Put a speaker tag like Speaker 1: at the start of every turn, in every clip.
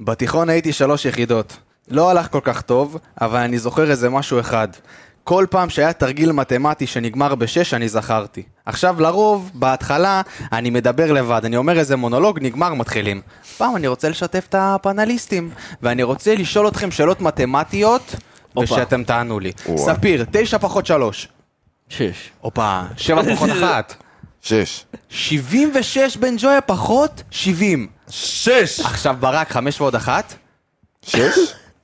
Speaker 1: בתיכון הייתי שלוש יחידות. לא הלך כל כך טוב, אבל אני זוכר איזה משהו אחד. כל פעם שהיה תרגיל מתמטי שנגמר בשש, אני זכרתי. עכשיו לרוב, בהתחלה, אני מדבר לבד, אני אומר איזה מונולוג, נגמר, מתחילים. פעם אני רוצה לשתף את הפאנליסטים, ואני רוצה לשאול אתכם שאלות מתמטיות, ושאתם תענו לי.
Speaker 2: וואו.
Speaker 1: ספיר, תשע פחות שלוש.
Speaker 3: שש.
Speaker 1: הופה, שבע פחות אחת.
Speaker 2: שש.
Speaker 1: 76 בן ג'ויה פחות 70.
Speaker 4: שש!
Speaker 1: עכשיו ברק, חמש ועוד אחת.
Speaker 2: שש?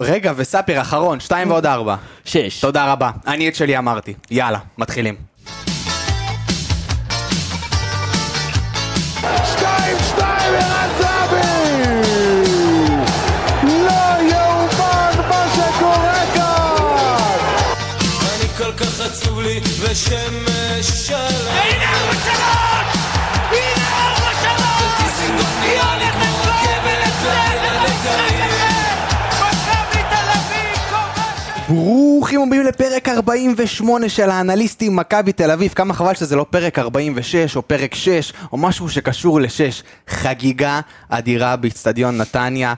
Speaker 1: רגע, וספיר, אחרון, שתיים ועוד ארבע.
Speaker 3: שש.
Speaker 1: תודה רבה. אני את שלי אמרתי. יאללה, מתחילים.
Speaker 5: שתיים, שתיים, ערן זהבי! לא יאומן מה שקורה כאן!
Speaker 6: אני כל כך עצוב לי ושמש שלם
Speaker 7: הנה ארבע שלוש! הנה ארבע שלוש!
Speaker 6: נראה לי כמו רכבת לילה לקהיר
Speaker 7: מכבי תל אביב כובשת!
Speaker 1: ברוכים הבאים לפרק 48 של האנליסטים מכבי תל אביב. כמה חבל שזה לא פרק 46 או פרק 6 או משהו שקשור ל-6. חגיגה אדירה באיצטדיון נתניה.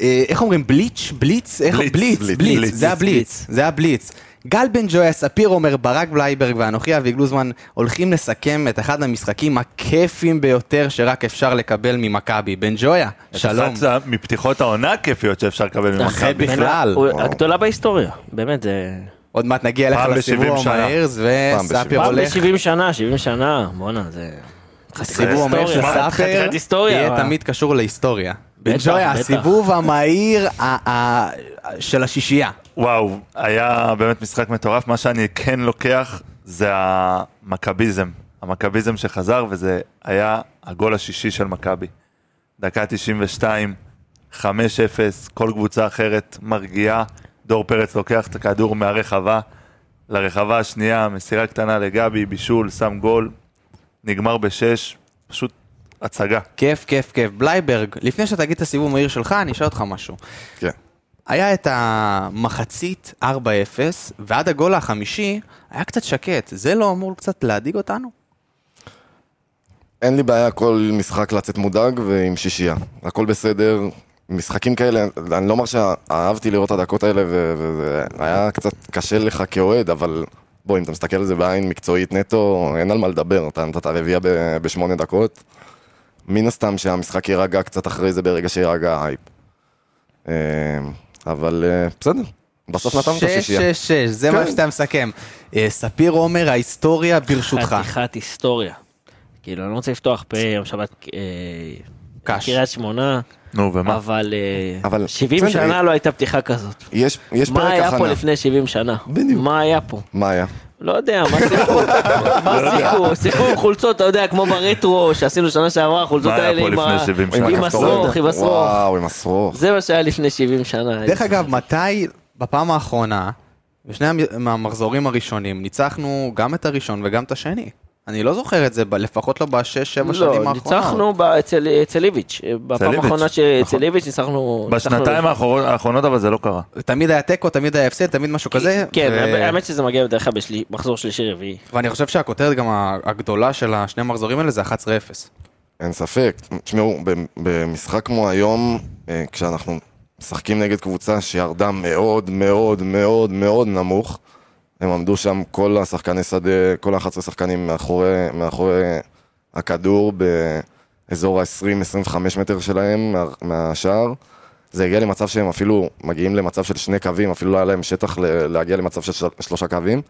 Speaker 1: אה, איך אומרים? בליץ'? בליץ? איך?
Speaker 2: בליץ,
Speaker 1: בליץ,
Speaker 2: בליץ,
Speaker 1: בליץ.
Speaker 2: בליץ,
Speaker 1: זה הבליץ.
Speaker 3: בליץ.
Speaker 1: זה הבליץ. גל בן ג'ויה, ספיר עומר, ברק בלייברג ואנוכי אבי גלוזמן הולכים לסכם את אחד המשחקים הכיפים ביותר שרק אפשר לקבל ממכבי. בן ג'ויה, שלום.
Speaker 4: אחת מפתיחות העונה הכיפיות שאפשר לקבל
Speaker 1: אחרי
Speaker 4: ממכבי.
Speaker 1: בכלל.
Speaker 3: נכון. הוא- הגדולה בהיסטוריה, באמת, זה...
Speaker 1: עוד מעט נגיע אליך
Speaker 4: פעם
Speaker 1: לסיבוב
Speaker 4: ב-70 שנה.
Speaker 1: המהיר,
Speaker 2: פעם ב-70.
Speaker 1: וספיר
Speaker 3: פעם
Speaker 1: הולך.
Speaker 3: ב-70 שנה, 70 שנה, בואנה, זה...
Speaker 1: הסיבוב אומר
Speaker 3: היסטוריה.
Speaker 1: שסאפר
Speaker 3: חתיכת היסטוריה,
Speaker 1: יהיה
Speaker 3: אבל.
Speaker 1: תמיד קשור להיסטוריה. בן
Speaker 3: בטח,
Speaker 1: ג'ויה,
Speaker 3: בטח.
Speaker 1: הסיבוב המהיר ה- ה- של השישייה.
Speaker 4: וואו, היה באמת משחק מטורף. מה שאני כן לוקח זה המכביזם. המכביזם שחזר, וזה היה הגול השישי של מכבי. דקה 92, 5-0, כל קבוצה אחרת מרגיעה. דור פרץ לוקח את הכדור מהרחבה לרחבה השנייה, מסירה קטנה לגבי, בישול, שם גול, נגמר בשש, פשוט הצגה.
Speaker 1: כיף, כיף, כיף. בלייברג, לפני שתגיד את הסיבוב המהיר שלך, אני אשאל אותך משהו.
Speaker 2: כן.
Speaker 1: היה את המחצית 4-0, ועד הגול החמישי היה קצת שקט. זה לא אמור קצת להדאיג אותנו?
Speaker 2: אין לי בעיה כל משחק לצאת מודאג ועם שישייה. הכל בסדר. משחקים כאלה, אני לא אומר שאהבתי לראות את הדקות האלה ו- וזה היה קצת קשה לך כאוהד, אבל בוא, אם אתה מסתכל על זה בעין מקצועית נטו, אין על מה לדבר. אתה נתת רביעייה ב- בשמונה דקות. מן הסתם שהמשחק יירגע קצת אחרי זה ברגע שיירגע ההייפ. אה, אבל אה, בסדר, בסוף נתנו את
Speaker 1: שש,
Speaker 2: השישייה. כן.
Speaker 1: שש, שש, זה מה שאתה מסכם. אה, ספיר עומר, ההיסטוריה ברשותך.
Speaker 3: חתיכת היסטוריה. כאילו, אני לא רוצה לפתוח פה יום שבת אה,
Speaker 1: קש.
Speaker 3: קריית שמונה,
Speaker 4: נו, ומה?
Speaker 3: אבל אה,
Speaker 2: אבל-
Speaker 3: 70
Speaker 2: בסדר.
Speaker 3: שנה לא הייתה פתיחה כזאת.
Speaker 2: יש, יש
Speaker 3: מה
Speaker 2: פרק
Speaker 3: היה
Speaker 2: הכנה.
Speaker 3: פה לפני 70 שנה?
Speaker 2: בדיוק.
Speaker 3: מה היה פה?
Speaker 2: מה היה?
Speaker 3: לא יודע, מה שיחקו?
Speaker 2: לא
Speaker 3: מה שיחקו? שיחקו עם חולצות, אתה יודע, כמו ברטרו שעשינו שנה שעברה, החולצות
Speaker 4: מה היה
Speaker 3: האלה
Speaker 4: פה
Speaker 3: עם
Speaker 4: לפני
Speaker 3: ה-
Speaker 4: 70 שנה?
Speaker 3: עם השרוך, עם השרוך.
Speaker 2: וואו, עם השרוך.
Speaker 3: זה מה שהיה לפני 70 שנה.
Speaker 1: דרך אגב, מתי בפעם האחרונה, בשני המ- מהמחזורים הראשונים, ניצחנו גם את הראשון וגם את השני? אני לא זוכר את זה, ב- לפחות לא בשש, שבע שנים
Speaker 3: לא,
Speaker 1: האחרונות.
Speaker 3: ניצחנו ב- אצל אצל איביץ'. אה, בפעם
Speaker 4: איביץ',
Speaker 3: האחרונה
Speaker 4: נכון.
Speaker 3: שאצל איביץ' ניצחנו...
Speaker 4: בשנתיים
Speaker 3: ניצחנו-
Speaker 4: האחרון- האחרונות אבל זה לא קרה.
Speaker 1: תמיד היה תיקו, תמיד היה הפסד, תמיד משהו כזה.
Speaker 3: כן,
Speaker 1: ו-
Speaker 3: האמת שזה מגיע בדרך כלל במחזור שלישי רביעי.
Speaker 1: ואני חושב שהכותרת גם ה- הגדולה של השני המחזורים האלה זה 11-0.
Speaker 2: אין ספק. תשמעו, ב- במשחק כמו היום, אה, כשאנחנו משחקים נגד קבוצה שירדה מאוד מאוד מאוד מאוד נמוך, הם עמדו שם כל השחקני שדה, כל ה-11 שחקנים מאחורי, מאחורי הכדור באזור ה-20-25 מטר שלהם מה- מהשער. זה הגיע למצב שהם אפילו מגיעים למצב של שני קווים, אפילו לא היה להם שטח ל- להגיע למצב של של- שלושה קווים.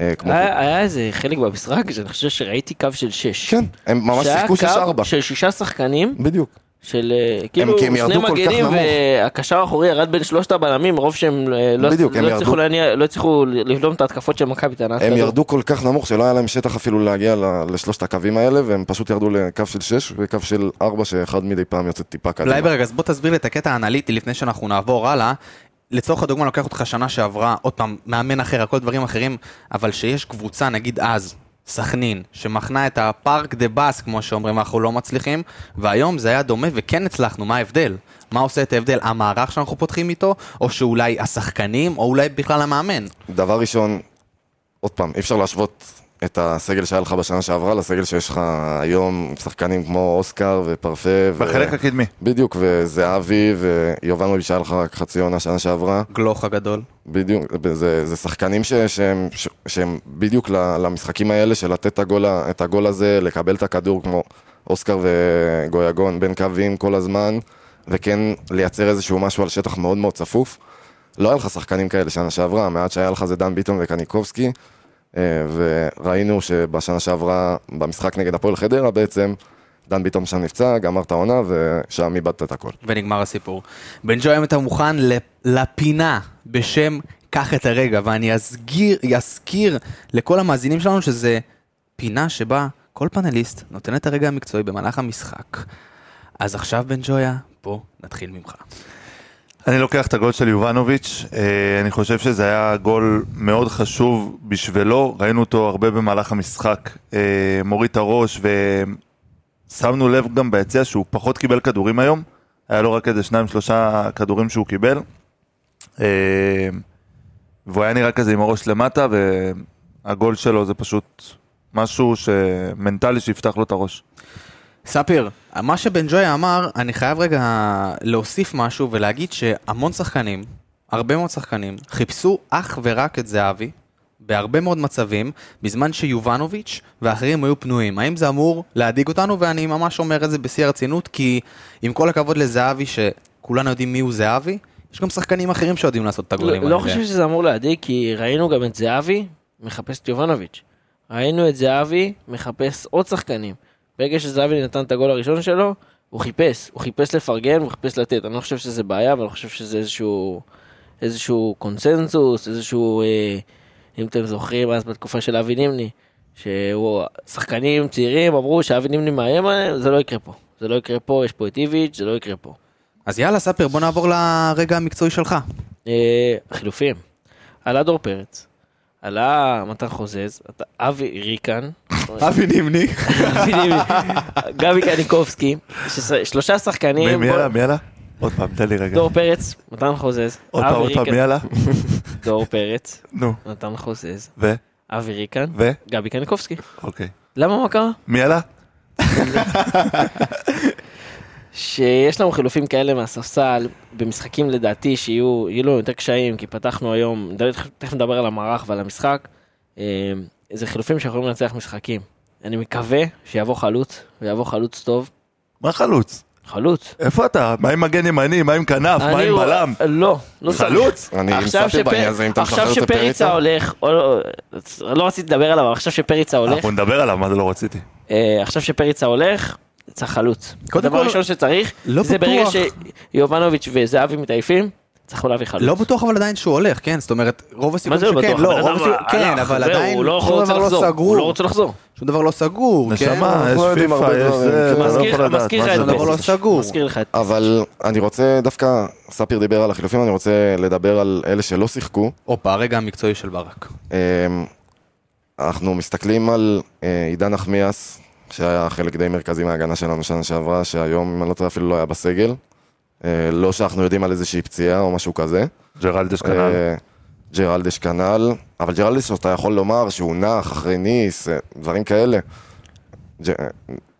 Speaker 2: אה, כמו...
Speaker 3: היה היה איזה חלק במשחק שאני חושב שראיתי קו של 6.
Speaker 2: כן, הם ממש שיחקו 6-4.
Speaker 3: שהיה קו של שישה שחקנים,
Speaker 2: בדיוק.
Speaker 3: של אה, כאילו
Speaker 2: כי הם ירדו
Speaker 3: שני
Speaker 2: כל כך
Speaker 3: מגנים
Speaker 2: נמוך.
Speaker 3: והקשר האחורי ירד בין שלושת הבלמים מרוב שהם אה, לא
Speaker 2: בדיוק, הם
Speaker 3: לא
Speaker 2: ירדו.
Speaker 3: הצליחו להניע- לא הצליחו לבלום את ההתקפות של מכבי טענה.
Speaker 2: הם ירדו כל כך נמוך שלא היה להם שטח אפילו להגיע ל- לשלושת הקווים האלה, והם פשוט ירדו לקו של 6 וקו של 4, שאחד מדי פעם יוצא טיפה קדימה.
Speaker 1: בלייברג, אז בוא תסביר לי את הקטע האנליטי לפני שאנחנו נעבור הלאה. לצורך הדוגמה, אני לוקח אותך שנה שעברה, עוד פעם, מאמן אחר, הכל דברים אחרים, אבל שיש קבוצה, נגיד אז, סכנין, שמכנה את הפארק דה באס, כמו שאומרים, אנחנו לא מצליחים, והיום זה היה דומה וכן הצלחנו, מה ההבדל? מה עושה את ההבדל? המערך שאנחנו פותחים איתו, או שאולי השחקנים, או אולי בכלל המאמן?
Speaker 2: דבר ראשון, עוד פעם, אי אפשר להשוות את הסגל שהיה לך בשנה שעברה לסגל שיש לך היום, עם שחקנים כמו אוסקר ופרפה. ו-
Speaker 4: בחלק הקדמי.
Speaker 2: בדיוק, וזהבי ויובן רבי שהיה לך רק חצי עונה שנה שעברה.
Speaker 1: גלוך הגדול.
Speaker 2: בדיוק, זה, זה שחקנים ש, שהם, ש, שהם בדיוק ל- למשחקים האלה של לתת את הגול, ה- את הגול הזה, לקבל את הכדור כמו אוסקר וגויגון בין קווים כל הזמן, וכן לייצר איזשהו משהו על שטח מאוד מאוד צפוף. לא היה לך שחקנים כאלה שנה שעברה, המעט שהיה לך זה דן ביטון וקניקובסקי, אה, וראינו שבשנה שעברה, במשחק נגד הפועל חדרה בעצם, דן ביטון שם נפצע, גמר את העונה, ושם איבדת את הכל.
Speaker 1: ונגמר הסיפור. בן ג'וי, אם אתה מוכן לפ- לפינה בשם קח את הרגע, ואני אסגיר, אזכיר לכל המאזינים שלנו שזה פינה שבה כל פאנליסט נותן את הרגע המקצועי במהלך המשחק. אז עכשיו, בן ג'ויה, בוא נתחיל ממך.
Speaker 4: אני לוקח את הגול של יובנוביץ', אה, אני חושב שזה היה גול מאוד חשוב בשבילו, ראינו אותו הרבה במהלך המשחק, אה, מוריד את הראש ושמנו לב גם ביציע שהוא פחות קיבל כדורים היום, היה לו רק איזה שניים שלושה כדורים שהוא קיבל, אה, והוא היה נראה כזה עם הראש למטה והגול שלו זה פשוט משהו שמנטלי שיפתח לו את הראש.
Speaker 1: ספיר, מה שבן ג'ויה אמר, אני חייב רגע להוסיף משהו ולהגיד שהמון שחקנים, הרבה מאוד שחקנים, חיפשו אך ורק את זהבי, בהרבה מאוד מצבים, בזמן שיובנוביץ' ואחרים היו פנויים. האם זה אמור להדאיג אותנו? ואני ממש אומר את זה בשיא הרצינות, כי עם כל הכבוד לזהבי, שכולנו יודעים מיהו זהבי, יש גם שחקנים אחרים שיודעים לעשות את הגולים
Speaker 3: לא
Speaker 1: האלה.
Speaker 3: חושב שזה אמור להדאיג, כי ראינו גם את זהבי מחפש את יובנוביץ'. ראינו את זהבי מחפש עוד שחקנים. ברגע שזהבי נתן את הגול הראשון שלו, הוא חיפש. הוא חיפש לפרגן, הוא חיפש לתת. אני לא חושב שזה בעיה, אבל אני חושב שזה איזשהו, איזשהו קונסנזוס, איזשהו... אה, אם אתם זוכרים, אז בתקופה של אבי נימני, ששחקנים צעירים אמרו שאבי נימני מאיים עליהם, זה לא יקרה פה. זה לא יקרה פה, יש פה את איביץ', זה לא יקרה פה.
Speaker 1: אז יאללה, ספיר, בוא נעבור לרגע המקצועי שלך.
Speaker 3: אה, חילופים. עלה דור פרץ, עלה מתן חוזז, אתה- אבי ריקן,
Speaker 1: אבי נימני.
Speaker 3: אבי נימני, גבי קניקובסקי, שש- שלושה
Speaker 4: מי
Speaker 3: שחקנים,
Speaker 4: מי
Speaker 3: בוא-
Speaker 4: עלה? מי עלה? עוד פעם, תן לי רגע.
Speaker 3: דור פרץ, מתן חוזז,
Speaker 4: עוד פעם, עוד
Speaker 3: אבי
Speaker 4: פעם, מי
Speaker 3: ריקן,
Speaker 4: עלה?
Speaker 3: דור פרץ,
Speaker 4: נו,
Speaker 3: מתן חוזז,
Speaker 4: ו?
Speaker 3: אבי ריקן,
Speaker 4: ו?
Speaker 3: גבי קניקובסקי.
Speaker 4: אוקיי.
Speaker 3: למה מה קרה?
Speaker 4: מי עלה?
Speaker 3: שיש לנו חילופים כאלה מהספסל, במשחקים לדעתי שיהיו יהיו לנו יותר קשיים, כי פתחנו היום, נדבר- תכף נדבר על המערך ועל המשחק, אה, זה חילופים שיכולים לנצח משחקים. אני מקווה שיבוא חלוץ, ויבוא חלוץ טוב.
Speaker 4: מה חלוץ?
Speaker 3: חלוץ.
Speaker 4: איפה אתה? מה עם מגן ימני? מה עם כנף? מה
Speaker 3: אני
Speaker 4: עם
Speaker 3: רוא-
Speaker 4: בלם?
Speaker 3: לא, לא צריך.
Speaker 4: חלוץ?
Speaker 2: אני
Speaker 3: עכשיו
Speaker 2: עם ספי
Speaker 3: שפר-
Speaker 2: בעניין הזה, אם אתה משחרר את
Speaker 3: עכשיו שפריצה
Speaker 2: פריצה?
Speaker 3: הולך, או לא- לא רציתי לדבר עליו, אבל עכשיו שפריצה הולך,
Speaker 4: אנחנו נדבר עליו, מה זה לא רציתי.
Speaker 3: אה, עכשיו שפריצה הולך, צריך חלוץ.
Speaker 1: קודם
Speaker 3: הדבר
Speaker 1: כל,
Speaker 3: הראשון שצריך,
Speaker 1: לא
Speaker 3: זה ברגע
Speaker 1: בטוח.
Speaker 3: שיובנוביץ' וזהבי מתעייפים, צריכו להביא חלוץ.
Speaker 1: לא בטוח אבל עדיין שהוא הולך, כן? זאת אומרת, רוב
Speaker 3: מה
Speaker 1: הסיכויים
Speaker 3: זה לא
Speaker 1: שכן,
Speaker 3: בטוח?
Speaker 1: לא,
Speaker 3: הבן
Speaker 1: רוב
Speaker 3: אדם
Speaker 1: הסיכויים,
Speaker 3: הלך,
Speaker 1: כן, אבל
Speaker 3: זהו,
Speaker 1: עדיין,
Speaker 3: הוא לא
Speaker 1: שום
Speaker 3: רוצה
Speaker 1: דבר
Speaker 3: לחזור,
Speaker 1: לא
Speaker 3: הוא לא
Speaker 1: סגור,
Speaker 3: רוצה לחזור.
Speaker 1: שום דבר לא סגור, כן?
Speaker 4: נשמה, יש
Speaker 2: אנחנו לא יודעים
Speaker 4: פיפא,
Speaker 2: הרבה
Speaker 4: יש
Speaker 2: דברים,
Speaker 4: זה,
Speaker 2: כן.
Speaker 4: אתה לא
Speaker 3: מזכיר
Speaker 4: יכול
Speaker 3: לך-
Speaker 4: לדעת.
Speaker 3: מזכיר
Speaker 4: מה
Speaker 3: לך
Speaker 4: זה
Speaker 3: את
Speaker 1: הדבר
Speaker 4: לא-
Speaker 1: לא
Speaker 3: פסח.
Speaker 1: סגור.
Speaker 3: מזכיר לך את...
Speaker 2: אבל אני רוצה, דווקא ספיר דיבר על החילופים, אני רוצה לדבר על אלה שלא שיחקו.
Speaker 1: הופה, הרגע המקצועי של ברק.
Speaker 2: אמ, אנחנו מסתכלים על אה, עידן נחמיאס, שהיה חלק די מרכזי מההגנה שלנו שנה שעברה, שהיום, אם אני לא טועה, אפילו לא היה בסגל. אה, לא שאנחנו יודעים על איזושהי פציעה או משהו כזה.
Speaker 4: ג'רלדש כנ"ל.
Speaker 2: אה, ג'רלדש כנ"ל, אבל ג'רלדש אתה יכול לומר שהוא נח אחרי ניס, אה, דברים כאלה. ג'- אה,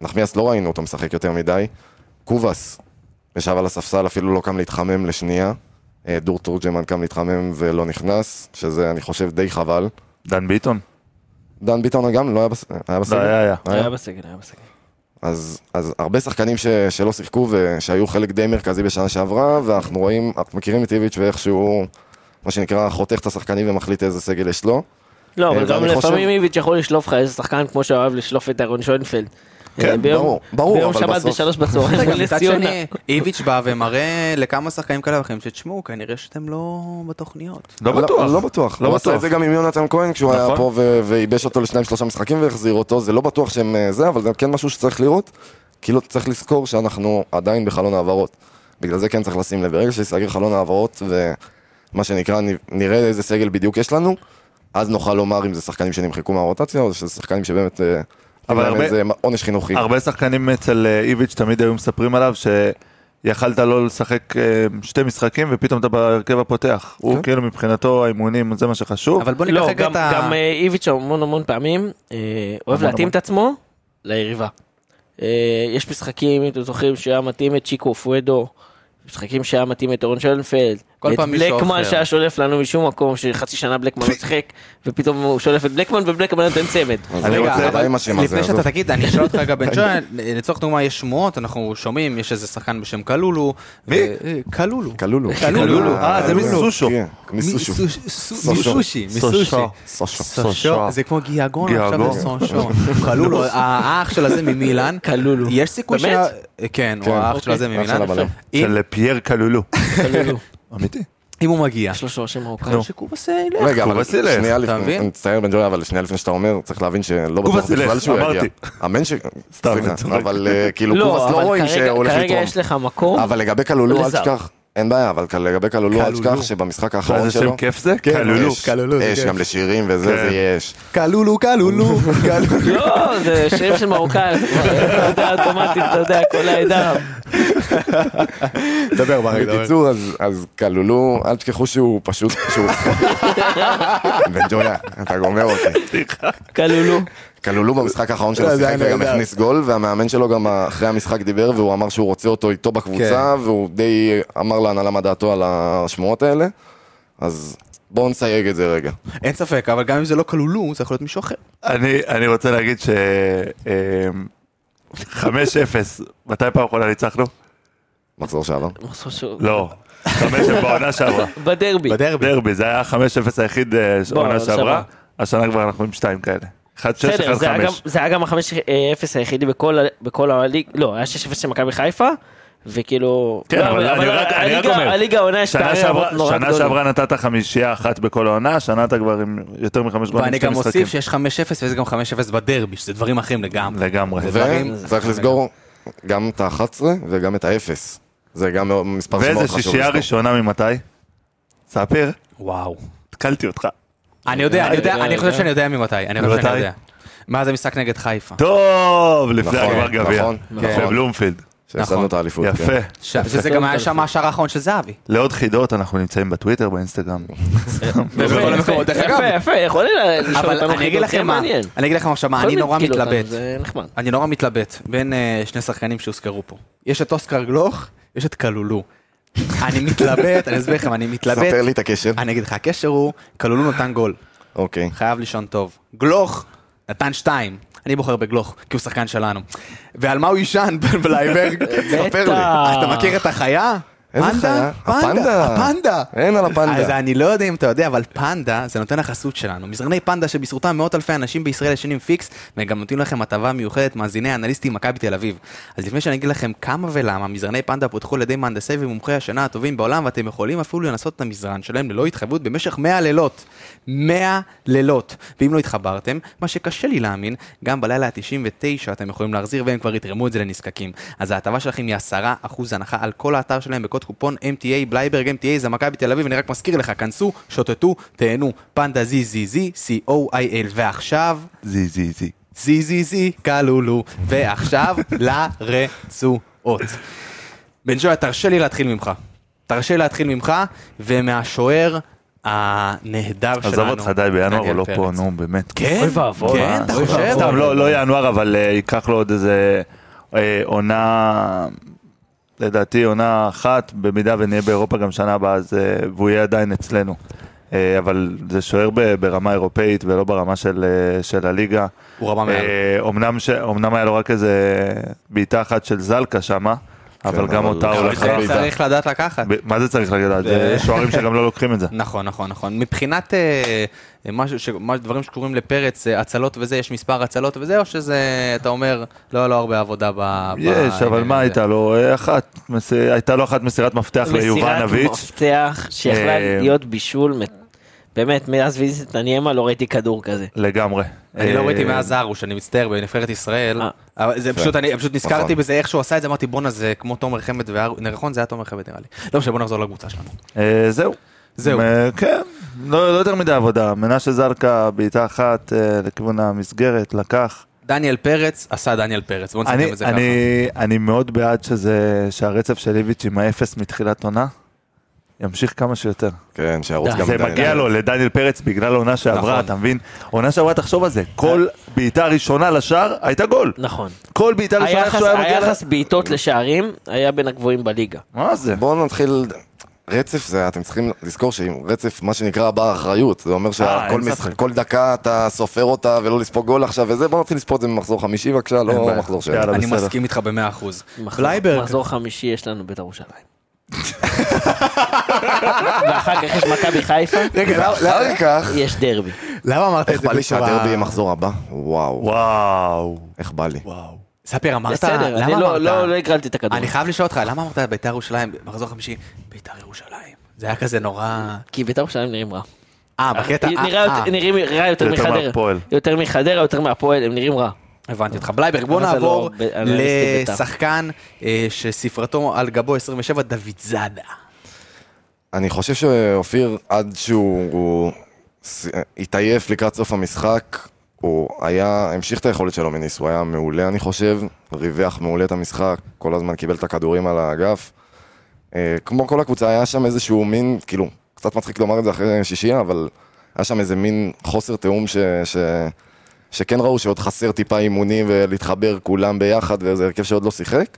Speaker 2: נחמיאס לא ראינו אותו משחק יותר מדי. קובאס ישב על הספסל, אפילו לא קם להתחמם לשנייה. אה, דור תורג'מן קם להתחמם ולא נכנס, שזה אני חושב די חבל.
Speaker 4: דן ביטון?
Speaker 2: דן ביטון גם לא היה בס- היה בסגל.
Speaker 4: לא, היה, היה.
Speaker 2: היה?
Speaker 3: היה בסגל, היה בסגל.
Speaker 2: אז, אז הרבה שחקנים ש, שלא שיחקו ושהיו חלק די מרכזי בשנה שעברה, ואנחנו רואים, אנחנו מכירים את איביץ' ואיך שהוא, מה שנקרא, חותך את השחקנים ומחליט איזה סגל יש לו.
Speaker 3: לא,
Speaker 2: אה,
Speaker 3: אבל גם
Speaker 2: ואני חושב-
Speaker 3: לפעמים איביץ' יכול לשלוף לך איזה שחקן כמו שאוהב לשלוף את אהרון שוינפלד.
Speaker 2: כן,
Speaker 3: אה, ביום-
Speaker 2: ברור, ברור,
Speaker 3: ביום
Speaker 2: אבל
Speaker 3: שבת
Speaker 2: בסוף-
Speaker 3: בשלוש בצהריים
Speaker 1: רגע,
Speaker 3: מול נס
Speaker 1: מצד
Speaker 3: ציונה.
Speaker 1: שני, איביץ' בא ומראה לכמה שחקנים כאלה ואחרים שתשמעו, כנראה שאתם לא בתוכניות.
Speaker 4: לא בטוח.
Speaker 2: לא, לא בטוח.
Speaker 4: לא
Speaker 2: הוא
Speaker 4: בטוח.
Speaker 2: עשה את זה גם עם יונתן כהן כשהוא
Speaker 4: נכון.
Speaker 2: היה פה ו- וייבש אותו לשניים שלושה משחקים והחזיר אותו, זה לא בטוח שהם אה, זה, אבל זה כן משהו שצריך לראות, כי לא צריך לזכור שאנחנו עדיין בחלון העברות. בגלל זה כן צריך לשים לב, ברגע שיסגר חלון העברות ומה שנקרא, נ- נראה איזה סגל בדיוק יש לנו, אז נוכל לומר אם זה שחקנים שנמחקו מהרוטציה או שזה שחקנים שבאמת... אה,
Speaker 4: אבל
Speaker 2: נותנים להם
Speaker 4: הרבה-
Speaker 2: איזה עונש חינוכי.
Speaker 4: הרבה שחקנים אצל אה, איביץ' תמיד היו מספרים עליו ש... יכלת לא לשחק אה, שתי משחקים ופתאום אתה בהרכב הפותח. הוא כאילו מבחינתו האימונים זה מה שחשוב.
Speaker 1: אבל בוא ניקח
Speaker 3: לא,
Speaker 1: רגע
Speaker 3: גם,
Speaker 1: את ה...
Speaker 3: גם אה, איביץ' המון המון פעמים אה, אוהב
Speaker 4: המון,
Speaker 3: להתאים
Speaker 4: המון.
Speaker 3: את עצמו ליריבה. אה, יש משחקים, אם אתם זוכרים, שהיה מתאים את צ'יקו פואדו, משחקים שהיה מתאים את אורן שלנפלד,
Speaker 1: כל
Speaker 3: את
Speaker 1: פעם מישהו
Speaker 3: בלקמן
Speaker 1: אחר.
Speaker 3: שהיה שולף לנו משום מקום, שחצי שנה בלקמן לא שיחק, ופתאום הוא שולף את בלקמן ובלקמן נותן צמד.
Speaker 1: אוקיי.
Speaker 2: אז
Speaker 4: אני
Speaker 2: רגע,
Speaker 4: רוצה-
Speaker 2: אתה עם השם הזה,
Speaker 1: לפני
Speaker 2: עזוב.
Speaker 1: שאתה תגיד, אני אשאל אותך רגע בן ג'וי, לצורך דוגמה יש שמועות, אנחנו שומעים, יש איזה שחקן בשם קלולו. מי? קלולו.
Speaker 2: קלולו.
Speaker 1: קלולו, אה, זה
Speaker 4: מסושו.
Speaker 2: כן,
Speaker 1: מסושו.
Speaker 2: מסושו. סושו.
Speaker 1: מסושי, מסושי.
Speaker 4: סושו.
Speaker 2: סושו.
Speaker 1: סושו, זה כמו גיאגון עכשיו
Speaker 4: גיאגון.
Speaker 1: לסושו. קלולו, האח של הזה ממילאן. קלולו. יש סיכוי ש...
Speaker 3: באמת?
Speaker 1: כן, הוא
Speaker 2: כן.
Speaker 1: האח של הזה
Speaker 2: אח של
Speaker 1: ממילאן.
Speaker 2: הבלם.
Speaker 1: אם-
Speaker 4: של פייר קלולו.
Speaker 3: קלולו.
Speaker 4: אמיתי.
Speaker 1: אם הוא מגיע.
Speaker 3: יש לו שורשים מרוקאים.
Speaker 4: נו.
Speaker 1: שקובס אה, ילך.
Speaker 2: כן. רגע, אבל
Speaker 4: קובס ילך,
Speaker 2: שנייה
Speaker 1: אתה
Speaker 2: לפני, אוקיי.
Speaker 1: מבין?
Speaker 2: אני מצטער בן ג'וי, אבל שנייה לפני שאתה אומר, צריך להבין שלא בטוח
Speaker 4: קובס ילך,
Speaker 2: בכלל שהוא יגיע.
Speaker 4: אמרתי.
Speaker 2: אמן ש...
Speaker 4: סתם,
Speaker 2: סליחה,
Speaker 4: אני צוחק.
Speaker 2: אבל אה, כאילו
Speaker 3: לא,
Speaker 2: קובס לא
Speaker 3: אבל
Speaker 2: רואים
Speaker 3: כרגע-
Speaker 2: שהוא הולך
Speaker 3: כרגע
Speaker 2: לתרום.
Speaker 3: יש לך מקום,
Speaker 2: אבל לגבי קלולו, אל
Speaker 3: לזר.
Speaker 2: תשכח, אין בעיה, אבל לגבי קלולו, אל
Speaker 1: קלולו.
Speaker 2: תשכח שבמשחק האחרון
Speaker 4: איזה
Speaker 2: שלו...
Speaker 4: שם כיף זה?
Speaker 2: כן,
Speaker 4: קלולו.
Speaker 2: יש-
Speaker 1: קלולו, זה
Speaker 2: יש
Speaker 1: כיף.
Speaker 2: גם לשירים וזה,
Speaker 4: כן.
Speaker 2: זה יש.
Speaker 1: קלולו, קלולו. קלולו.
Speaker 3: לא, זה שירים של מרוקאים, זה כבר, אתה יודע, אוטומטית, אתה יודע, כל העדה.
Speaker 1: דבר ברק, דבר.
Speaker 2: בקיצור, אז- אז קלולו, אל תשכחו שהוא פשוט... שהוא- בן ג'ויה, אתה גומר אותי.
Speaker 3: קלולו.
Speaker 2: כלולו במשחק האחרון שלו
Speaker 1: לא, זה
Speaker 2: שיחק
Speaker 1: היה
Speaker 2: וגם
Speaker 1: נהדר.
Speaker 2: הכניס גול, והמאמן שלו גם אה, אחרי המשחק דיבר, והוא אמר שהוא רוצה אותו איתו בקבוצה,
Speaker 1: כן.
Speaker 2: והוא די אמר להנהלה מה דעתו על השמועות האלה, אז בואו נסייג את זה רגע.
Speaker 1: אין ספק, אבל גם אם זה לא קלולו, זה יכול להיות מישהו אחר.
Speaker 4: אני, אני רוצה להגיד ש... אמ, 5-0, מתי פעם אחרונה ניצחנו?
Speaker 2: מחזור שעבר.
Speaker 3: מחזור שהוא-
Speaker 4: לא, 5-0 בעונה שעברה.
Speaker 3: בדרבי.
Speaker 1: בדרבי.
Speaker 4: דרבי, זה היה 5-0 היחיד אה,
Speaker 3: בוא,
Speaker 4: בעונה
Speaker 3: שעברה.
Speaker 4: שעברה. השנה כבר אנחנו עם 2 כאלה. 1-6, 1-5.
Speaker 3: בסדר, זה היה גם- זה היה גם החמש אה, אפס היחידי בכל ה- בכל הליג, לא, היה שש אפס של מכבי חיפה, וכאילו...
Speaker 4: כן,
Speaker 3: לא,
Speaker 4: אבל אני רק-
Speaker 3: ה-
Speaker 4: אני רק
Speaker 3: הליגה-
Speaker 4: אומר,
Speaker 3: הליגה העונה יש
Speaker 4: שנה
Speaker 3: פערים
Speaker 4: שעברה-
Speaker 3: נורא
Speaker 4: שנה
Speaker 3: גדולים.
Speaker 4: שעברה נתת חמישייה אחת בכל העונה, השנה אתה כבר עם יותר מחמש גולים.
Speaker 1: ואני
Speaker 4: בשני
Speaker 1: גם
Speaker 4: משחקים.
Speaker 1: אוסיף שיש 5-0 ויש גם 5-0 בדרבי, שזה דברים אחרים לגמרי.
Speaker 4: לגמרי.
Speaker 1: דברים-
Speaker 2: וצריך לסגור גם את ה-11 וגם את ה-0. זה גם מאוד- מספר שמאוד
Speaker 4: ואיזה
Speaker 2: חשוב.
Speaker 4: שישייה
Speaker 2: לזכור.
Speaker 4: ראשונה ממתי? ספיר,
Speaker 1: וואו.
Speaker 4: התקלתי אותך.
Speaker 1: אני יודע, אני יודע, אני חושב שאני יודע ממתי. אני חושב שאני
Speaker 4: ממתי?
Speaker 1: יודע. מאז המשחק נגד חיפה.
Speaker 4: טוב, לפני
Speaker 2: נכון,
Speaker 4: הגמר גביע.
Speaker 2: נכון, נכון.
Speaker 4: בבלומפילד.
Speaker 2: שהפסדנו
Speaker 1: נכון.
Speaker 2: את האליפות. כן.
Speaker 4: יפה.
Speaker 1: ש- וזה גם היה שם השער האחרון של זהבי.
Speaker 4: לעוד חידות אנחנו נמצאים בטוויטר, באינסטגרם.
Speaker 1: בכל
Speaker 3: יפה,
Speaker 1: המקומות, דרך
Speaker 3: יפה,
Speaker 1: אגב.
Speaker 3: יפה, יפה, יכולים ל- לשאול
Speaker 1: אבל
Speaker 3: אותנו
Speaker 1: אני אגיד
Speaker 3: חידות, זה
Speaker 1: לכם מה,
Speaker 3: מעניין.
Speaker 1: אני אגיד לכם עכשיו מה, אני
Speaker 3: יכולים
Speaker 1: נורא
Speaker 3: כאילו אותנו,
Speaker 1: מתלבט.
Speaker 3: זה נחמד.
Speaker 1: אני נורא מתלבט בין אה, שני שחקנים שהוזכרו פה. יש את אוסקר גלוך, יש את קלולו. אני מתלבט, אני אסביר לכם, אני מתלבט.
Speaker 2: ספר לי את הקשר.
Speaker 1: אני אגיד לך, הקשר הוא, קלולו נתן גול,
Speaker 2: אוקיי.
Speaker 1: חייב לישון טוב. גלוך, נתן שתיים. אני בוחר בגלוך, כי הוא שחקן שלנו. ועל מה הוא יישן, בן בלייברג? ספר לי.
Speaker 3: בטח.
Speaker 1: אתה מכיר את החיה?
Speaker 2: איזה
Speaker 1: פנדה?
Speaker 2: חיה?
Speaker 1: פנדה,
Speaker 2: הפנדה.
Speaker 1: הפנדה.
Speaker 2: אין על הפנדה.
Speaker 1: אז אני לא יודע אם אתה יודע, אבל פנדה זה נותן החסות שלנו. מזרני פנדה שבזכותם מאות אלפי אנשים בישראל ישנים פיקס, והם גם נותנים לכם הטבה מיוחדת, מאזיני האנליסטים מכבי תל אביב. אז לפני שאני אגיד לכם כמה ולמה, מזרני פנדה פותחו על ידי מהנדסי ומומחי השנה הטובים בעולם, ואתם יכולים אפילו לנסות את המזרן שלהם ללא התחייבות במשך 100 לילות. 100 לילות. ואם לא התחברתם, מה שקשה לי להאמין, גם בלילה ה-99 אתם יכולים להחזיר והם כבר יתרמו את זה לנזקקים. אז ההטבה שלכם היא 10% הנחה על כל האתר שלהם בקוד קופון MTA בלייברג MTA זה מכבי תל אביב, אני רק מזכיר לך, כנסו, שוטטו, תהנו, פנדה זי זי זי, co.il, ועכשיו,
Speaker 4: זי זי זי.
Speaker 1: זי זי זי, קלולו, ועכשיו לרצועות. בן ג'וי, תרשה לי להתחיל ממך. תרשה לי להתחיל ממך, ומהשוער הנהדר שלנו.
Speaker 4: עזוב אותך די בינואר, הוא
Speaker 1: דניאל
Speaker 4: לא
Speaker 1: פרץ.
Speaker 4: פה, נו, באמת.
Speaker 1: כן,
Speaker 3: אוי ואבוי.
Speaker 1: כן, אתה
Speaker 4: אוי
Speaker 1: חושב?
Speaker 4: סתם, לא לא ינואר, אבל אה, ייקח לו עוד איזה אה, עונה, לדעתי עונה אחת, במידה ונהיה באירופה גם שנה הבאה, אז, אה, והוא יהיה עדיין אצלנו. אה, אבל זה שוער ב- ברמה אירופאית ולא ברמה של אה, של הליגה.
Speaker 1: הוא רמה מעל.
Speaker 4: אה, אומנם ש- אומנם היה לו רק איזה בעיטה אחת של זלקה שמה, אבל
Speaker 2: אבל-
Speaker 4: גם אותה הוא
Speaker 2: אבל
Speaker 4: לקח.
Speaker 2: זה-
Speaker 1: זה צריך לדעת לקחת.
Speaker 4: ב- מה זה צריך לדעת?
Speaker 1: זה-
Speaker 4: יש שוערים שגם לא לוקחים את זה.
Speaker 1: נכון, נכון, נכון. מבחינת אה, אה, משהו, ש- מה- דברים שקורים לפרץ, אה, הצלות וזה, יש מספר הצלות וזה, או שזה, אתה אומר, לא, לא הרבה עבודה ב...
Speaker 4: יש, אבל
Speaker 1: בעניין
Speaker 4: מה
Speaker 1: הזה?
Speaker 4: הייתה לו? אה, אחת, מס- הייתה לו אחת מסירת מפתח
Speaker 3: מסירת
Speaker 4: ליובנוביץ'.
Speaker 3: מפתח שיכלה
Speaker 4: אה,
Speaker 3: להיות בישול, מ- באמת, מאז וינסט נניאמה לא ראיתי כדור כזה.
Speaker 4: לגמרי.
Speaker 1: אני לא
Speaker 4: אה,
Speaker 1: ראיתי מאז ארוש, אני מצטער, בנבחרת ישראל.
Speaker 3: אה.
Speaker 1: אבל זה פשוט, אני פשוט נזכרתי
Speaker 2: נכון.
Speaker 1: בזה, איך שהוא עשה את זה, אמרתי, בואנה, זה כמו תומר חמד והרוש, נכון, זה היה תומר חמד נראה לי. לא משנה, בוא נחזור לקבוצה שלנו.
Speaker 4: אה, זהו.
Speaker 1: זהו.
Speaker 4: אה, כן, לא לא יותר מדי עבודה. מנשה זלקה, בעיטה אחת אה, לכיוון המסגרת, לקח.
Speaker 1: דניאל פרץ עשה דניאל פרץ, בוא
Speaker 4: אני,
Speaker 1: נסכם את זה ככה.
Speaker 4: אני, אני מאוד בעד שזה, שהרצף של איביץ' עם האפס מתחילת עונה ימשיך כמה שיותר.
Speaker 2: כן, שירוץ גם
Speaker 4: זה
Speaker 2: דניאל.
Speaker 4: מגיע לו, לדניאל פרץ, בגלל העונה שעברה,
Speaker 1: נכון.
Speaker 4: אתה מבין? עונה שעברה, תחשוב על זה, כל בעיטה ראשונה לשער הייתה גול.
Speaker 3: נכון.
Speaker 4: כל בעיטה ראשונה
Speaker 3: היחס-
Speaker 4: שהוא היה מגיע ל...
Speaker 3: היחס בעיטות לשערים היה בין הגבוהים בליגה.
Speaker 4: מה זה?
Speaker 2: בואו נתחיל... רצף זה, אתם צריכים לזכור שעם רצף, מה שנקרא בר אחריות, זה אומר
Speaker 4: אה, אין
Speaker 2: שכל משחק,
Speaker 4: ספק.
Speaker 2: כל דקה אתה סופר אותה ולא לספוג גול עכשיו וזה, בואו נתחיל לספור את זה ממחזור חמישי בבקשה,
Speaker 4: אין
Speaker 2: לא
Speaker 4: בעיה.
Speaker 2: מחזור שני.
Speaker 4: יאללה,
Speaker 1: אני
Speaker 4: בסדר.
Speaker 1: מסכים איתך במאה אחוז.
Speaker 3: מחזור-
Speaker 1: בלייברג,
Speaker 3: מחזור חמישי יש לנו בית"ר ירושלים. ואחר כך יש מכבי חיפה,
Speaker 4: אה,
Speaker 2: אחר כך,
Speaker 3: יש דרבי.
Speaker 1: למה אמרת את
Speaker 2: איך
Speaker 1: זה
Speaker 2: בא לי שהדרבי יהיה
Speaker 1: בצורה...
Speaker 2: מחזור הבא? וואו,
Speaker 4: וואו,
Speaker 2: איך בא לי.
Speaker 4: וואו.
Speaker 1: ספיר, אמרת...
Speaker 3: בסדר,
Speaker 1: למה
Speaker 3: אני לא-
Speaker 1: אמרת?
Speaker 3: לא לא הגרלתי את הכדור.
Speaker 1: אני חייב לשאול אותך, למה אמרת ביתר ירושלים, מחזור חמישי, ביתר ירושלים? זה היה כזה נורא...
Speaker 3: כי בית"ר ירושלים נראים רע.
Speaker 1: אה, בקטע... אה,
Speaker 3: נראה יותר-
Speaker 1: אה,
Speaker 3: נראים רע יותר
Speaker 4: יותר
Speaker 3: מחדרה.
Speaker 4: מהפועל.
Speaker 3: יותר מחדרה, יותר מהפועל, הם נראים רע.
Speaker 1: הבנתי אותך. בלייברג, בוא
Speaker 3: אבל זה
Speaker 1: נעבור
Speaker 3: לא ב- אנליסטי בית"ר.
Speaker 1: לשחקן אה, שספרתו על גבו 27, דוד זאדה.
Speaker 3: אה,
Speaker 2: אני חושב שאופיר, עד שהוא הוא ס- התעייף לקראת סוף המשחק, הוא היה, המשיך את היכולת שלו מניס, הוא היה מעולה אני חושב, ריווח מעולה את המשחק, כל הזמן קיבל את הכדורים על האגף. אה, כמו כל הקבוצה, היה שם איזשהו מין, כאילו, קצת מצחיק לומר את זה אחרי שישייה, אבל היה שם איזה מין חוסר תיאום ש... ש... שכן ראו שעוד חסר טיפה אימונים ולהתחבר כולם ביחד ואיזה הרכב שעוד לא שיחק.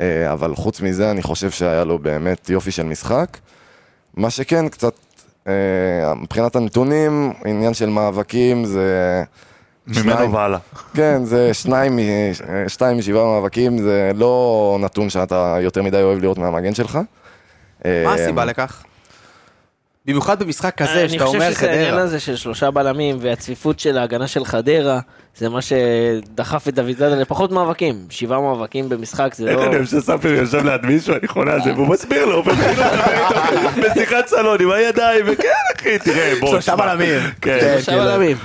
Speaker 2: אה, אבל חוץ מזה אני חושב שהיה לו באמת יופי של משחק. מה שכן, קצת, אה, מבחינת הנתונים, עניין של מאבקים זה...
Speaker 4: ממנו
Speaker 2: שניים-
Speaker 4: והלאה.
Speaker 2: כן, זה שניים, מ- אה, שתיים משבעה מאבקים, זה לא נתון שאתה יותר מדי אוהב לראות מהמגן שלך. אה,
Speaker 1: מה
Speaker 3: אמ,
Speaker 1: הסיבה לכך? במיוחד במשחק כזה, שאתה
Speaker 3: אה, אני לא-
Speaker 1: אומר
Speaker 3: חושב שזה העניין
Speaker 1: חדרה.
Speaker 3: הזה של שלושה בלמים והצפיפות של ההגנה של חדרה, זה מה שדחף את דוד זאדה לפחות מאבקים. שבעה מאבקים במשחק זה
Speaker 4: איך
Speaker 3: לא...
Speaker 4: אני אוהב שספיר יושב ליד מישהו, אני חולה על זה, והוא מסביר לו, ומתחיל לדבר איתו בשיחת סלון עם הידיים, וכן אחי, תראה, בוא,
Speaker 1: שלושה
Speaker 4: תשמע.
Speaker 1: בלמים.
Speaker 4: כן.
Speaker 1: כן.
Speaker 3: שלושה בלמים.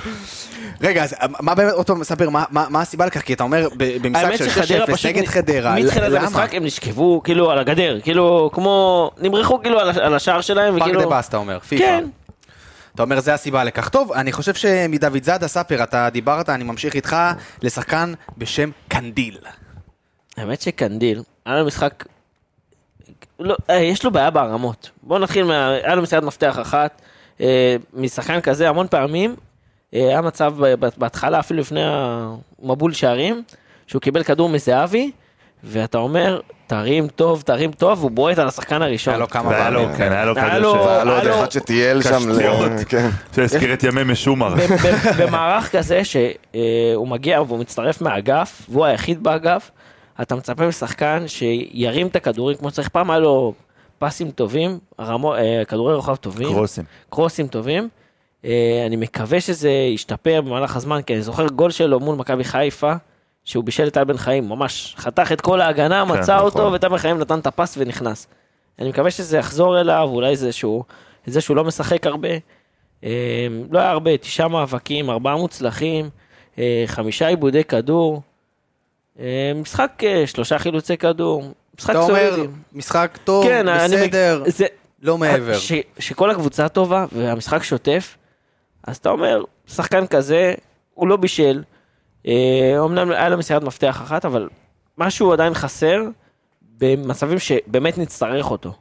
Speaker 1: רגע, אז אה, מה באמת, עוד פעם, ספיר, מה- מה מה הסיבה לכך? כי אתה אומר, ב- במשחק
Speaker 3: האמת
Speaker 1: של
Speaker 3: שחדרה
Speaker 1: 6-0
Speaker 3: פשוט...
Speaker 1: נגד חדרה,
Speaker 3: מתחילת
Speaker 1: למה?
Speaker 3: המשחק הם נשכבו כאילו על הגדר, כאילו כמו... נמרחו כאילו על הש- על השער שלהם,
Speaker 1: פארק
Speaker 3: וכאילו...
Speaker 1: דה באס, אתה אומר, פיפ"א.
Speaker 3: כאילו- כן.
Speaker 1: אתה אומר, זה הסיבה לכך. טוב, אני חושב שמדוד זאדה, ספיר, אתה דיברת, אני ממשיך איתך לשחקן בשם קנדיל.
Speaker 3: האמת שקנדיל, היה לו משחק... לא, אה, יש לו בעיה ברמות. בואו נתחיל מה... היה לו מסירת מפתח אחת, אה, משחקן כזה המון פעמים. אה, היה מצב ב- ב- בהתחלה, אפילו לפני המבול שערים, שהוא קיבל כדור מזהבי, ואתה אומר, תרים טוב, תרים טוב, הוא בועט על השחקן הראשון.
Speaker 1: היה לו כמה
Speaker 4: והיה לו,
Speaker 1: פעמים.
Speaker 4: כן, היה לו לא
Speaker 3: היה
Speaker 4: כדור
Speaker 3: לו-
Speaker 4: ש-
Speaker 2: היה לו עוד
Speaker 3: הלו.
Speaker 2: אחד שטייל שם, ל-
Speaker 4: קשטיות.
Speaker 2: כן.
Speaker 4: שהזכיר את ימי משומר.
Speaker 3: ב- ב- במערך כזה שהוא מגיע והוא מצטרף מהאגף, והוא היחיד באגף, אתה מצפה משחקן שירים את הכדורים כמו שצריך. פעם היה לו פסים טובים, הרמו- אה, כדורי רוחב טובים,
Speaker 4: קרוסים.
Speaker 3: קרוסים טובים. אה, אני מקווה שזה ישתפר במהלך הזמן, כי אני זוכר גול שלו מול מכבי חיפה, שהוא בישל את טל בן חיים, ממש חתך את כל ההגנה, מצא
Speaker 4: נכון.
Speaker 3: אותו, וטל בן חיים נתן את הפס ונכנס. אני מקווה שזה יחזור אליו, אולי זה שהוא, זה שהוא לא משחק הרבה. אה, לא היה הרבה, תשעה מאבקים, ארבעה מוצלחים, אה, חמישה עיבודי כדור, אה, משחק אה, שלושה חילוצי כדור, משחק
Speaker 1: אתה אומר,
Speaker 3: סולידי.
Speaker 1: משחק טוב,
Speaker 3: כן, אני-
Speaker 1: בסדר,
Speaker 3: זה-
Speaker 1: לא מעבר.
Speaker 3: ש, שכל הקבוצה טובה והמשחק שוטף, אז אתה אומר, שחקן כזה, הוא לא בישל. אה, אומנם היה לו מסירת מפתח אחת, אבל משהו עדיין חסר במצבים שבאמת נצטרך אותו.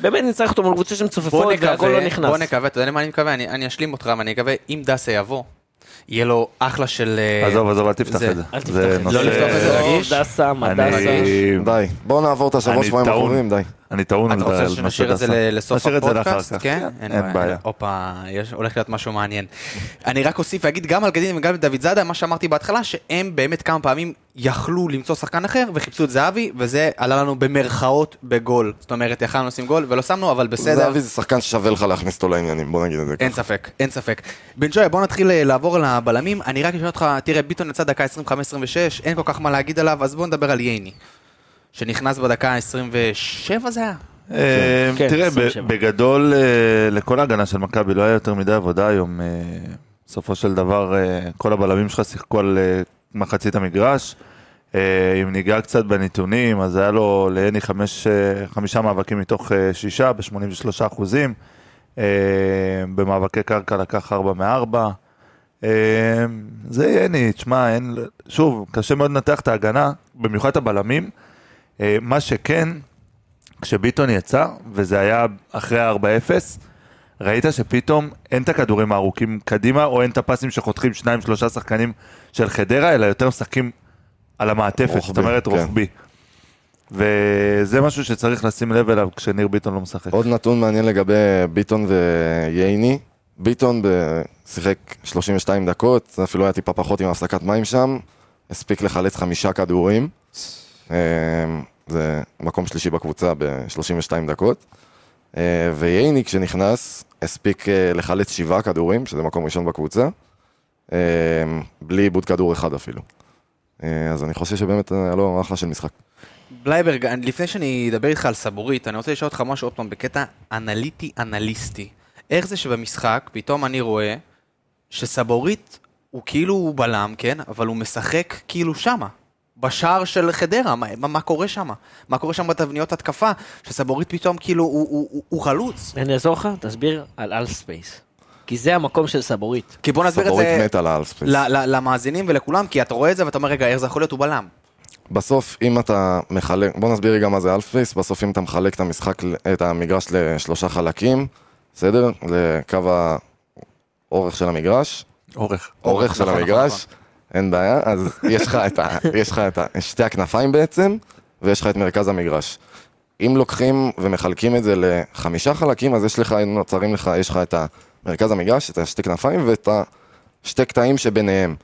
Speaker 3: באמת נצטרך אותו מול קבוצה
Speaker 1: בוא
Speaker 3: שמצופפות
Speaker 1: נקווה,
Speaker 3: והכל לא נכנס.
Speaker 1: בוא נקווה, אתה יודע למה אני מקווה? אני אני אשלים אותך, ואני מקווה, אם דסה יבוא, יהיה לו אחלה של... אה,
Speaker 4: עזוב, עזוב, אל תפתח
Speaker 1: זה.
Speaker 4: את זה.
Speaker 3: אל תפתח
Speaker 4: זה
Speaker 3: את זה.
Speaker 1: לא לפתוח את זה
Speaker 4: נושא-
Speaker 1: רגיש?
Speaker 3: דסה, מה
Speaker 4: אני-
Speaker 3: דסה.
Speaker 2: די, בואו נעבור את השבוע
Speaker 4: אני
Speaker 2: שבועיים
Speaker 4: טעון.
Speaker 2: הקרובים, די.
Speaker 4: אני טעון על
Speaker 1: אתה
Speaker 4: על
Speaker 1: רוצה
Speaker 4: מה
Speaker 1: שנשאיר את זה
Speaker 4: שדסה.
Speaker 1: ל- לסוף
Speaker 4: נשאיר את זה לאחר
Speaker 1: הפודקאסט?
Speaker 4: כך.
Speaker 1: כן,
Speaker 4: אין בעיה.
Speaker 1: הופה, יש- הולך להיות משהו מעניין. אני רק אוסיף ואגיד גם על גדין וגם על דוד זאדה, מה שאמרתי בהתחלה, שהם באמת כמה פעמים יכלו למצוא שחקן אחר וחיפשו את זהבי, וזה עלה לנו במרכאות בגול. זאת אומרת, יכלנו לשים גול ולא שמנו, אבל בסדר. אה,
Speaker 2: זהבי זה שחקן ששווה לך להכניס אותו לעניינים, בוא נגיד את זה
Speaker 1: אין
Speaker 2: ככה.
Speaker 1: ספק, אין ספק. בן ג'וי, בוא נתחיל אה, לעבור על הבלמים. אני רק אשאל אותך, תראה, ביטון יצא דקה 25-26, אין כל כך מה להגיד עליו, אז בוא נדבר על ייני. שנכנס בדקה 27 זה היה?
Speaker 4: אה,
Speaker 3: כן,
Speaker 4: תראה, ב-
Speaker 3: 27.
Speaker 4: בגדול, אה, לכל ההגנה של מכבי לא היה יותר מדי עבודה היום. אה, בסופו של דבר, אה, כל הבלמים שלך שיחקו על אה, מחצית המגרש. אה, אם ניגע קצת בנתונים, אז היה לו לעיני חמש, אה, חמישה מאבקים מתוך אה, שישה, ב-83 אחוזים. אה, במאבקי קרקע לקח ארבע מארבע. אה, זה יני, תשמע, אין, שוב, קשה מאוד לנתח את ההגנה, במיוחד את הבלמים. אה, מה שכן, כשביטון יצא, וזה היה אחרי ה-4-0, ראית שפתאום אין את הכדורים הארוכים קדימה, או אין את הפסים שחותכים שניים, שלושה שחקנים של חדרה, אלא יותר משחקים על המעטפת, זאת
Speaker 2: רוחבי,
Speaker 4: אומרת
Speaker 2: כן.
Speaker 4: רוחבי. וזה משהו שצריך לשים לב אליו כשניר ביטון לא משחק.
Speaker 2: עוד נתון מעניין לגבי ביטון וייני. ביטון ב- שיחק 32 דקות, זה אפילו היה טיפה פחות עם הפסקת מים שם, הספיק לחלץ חמישה כדורים. אה, זה מקום שלישי בקבוצה ב-32 דקות. אה, וייני כשנכנס, הספיק אה, לחלץ שבעה כדורים, שזה מקום ראשון בקבוצה, אה, בלי עיבוד כדור אחד אפילו. אה, אז אני חושב שבאמת היה לו אחלה של משחק.
Speaker 1: בלייברג, אני- לפני שאני אדבר איתך על סבורית, אני רוצה לשאול אותך משהו עוד פעם בקטע אנליטי-אנליסטי. איך זה שבמשחק פתאום אני רואה שסבורית הוא כאילו הוא בלם, כן? אבל הוא משחק כאילו שמה. בשער של חדרה, מה, מה, מה קורה שם? מה קורה שם בתבניות התקפה? שסבורית פתאום כאילו הוא, הוא, הוא, הוא חלוץ.
Speaker 3: אני אעזור לך, תסביר על אלספייס. כי זה המקום של סבורית.
Speaker 1: כי בוא נסביר את
Speaker 2: סבורית
Speaker 1: זה
Speaker 2: מת על האלספייס.
Speaker 1: ל- ל- למאזינים ולכולם, כי אתה רואה את זה ואתה אומר, רגע, איך זה יכול להיות? הוא בלם.
Speaker 2: בסוף, אם אתה מחלק, בוא נסביר רגע מה זה אלפייס, בסוף אם אתה מחלק את המשחק, ל- את המגרש לשלושה חלקים, בסדר? לקו האורך של המגרש,
Speaker 4: אורך.
Speaker 2: אורך של
Speaker 1: נכון,
Speaker 2: המגרש, אין בעיה, אז יש לך את ה- יש לך את ה- שתי הכנפיים בעצם, ויש לך את מרכז המגרש. אם לוקחים ומחלקים את זה לחמישה חלקים, אז יש לך, נוצרים לך, יש לך את מרכז המגרש, את השתי כנפיים ואת השתי קטעים שביניהם.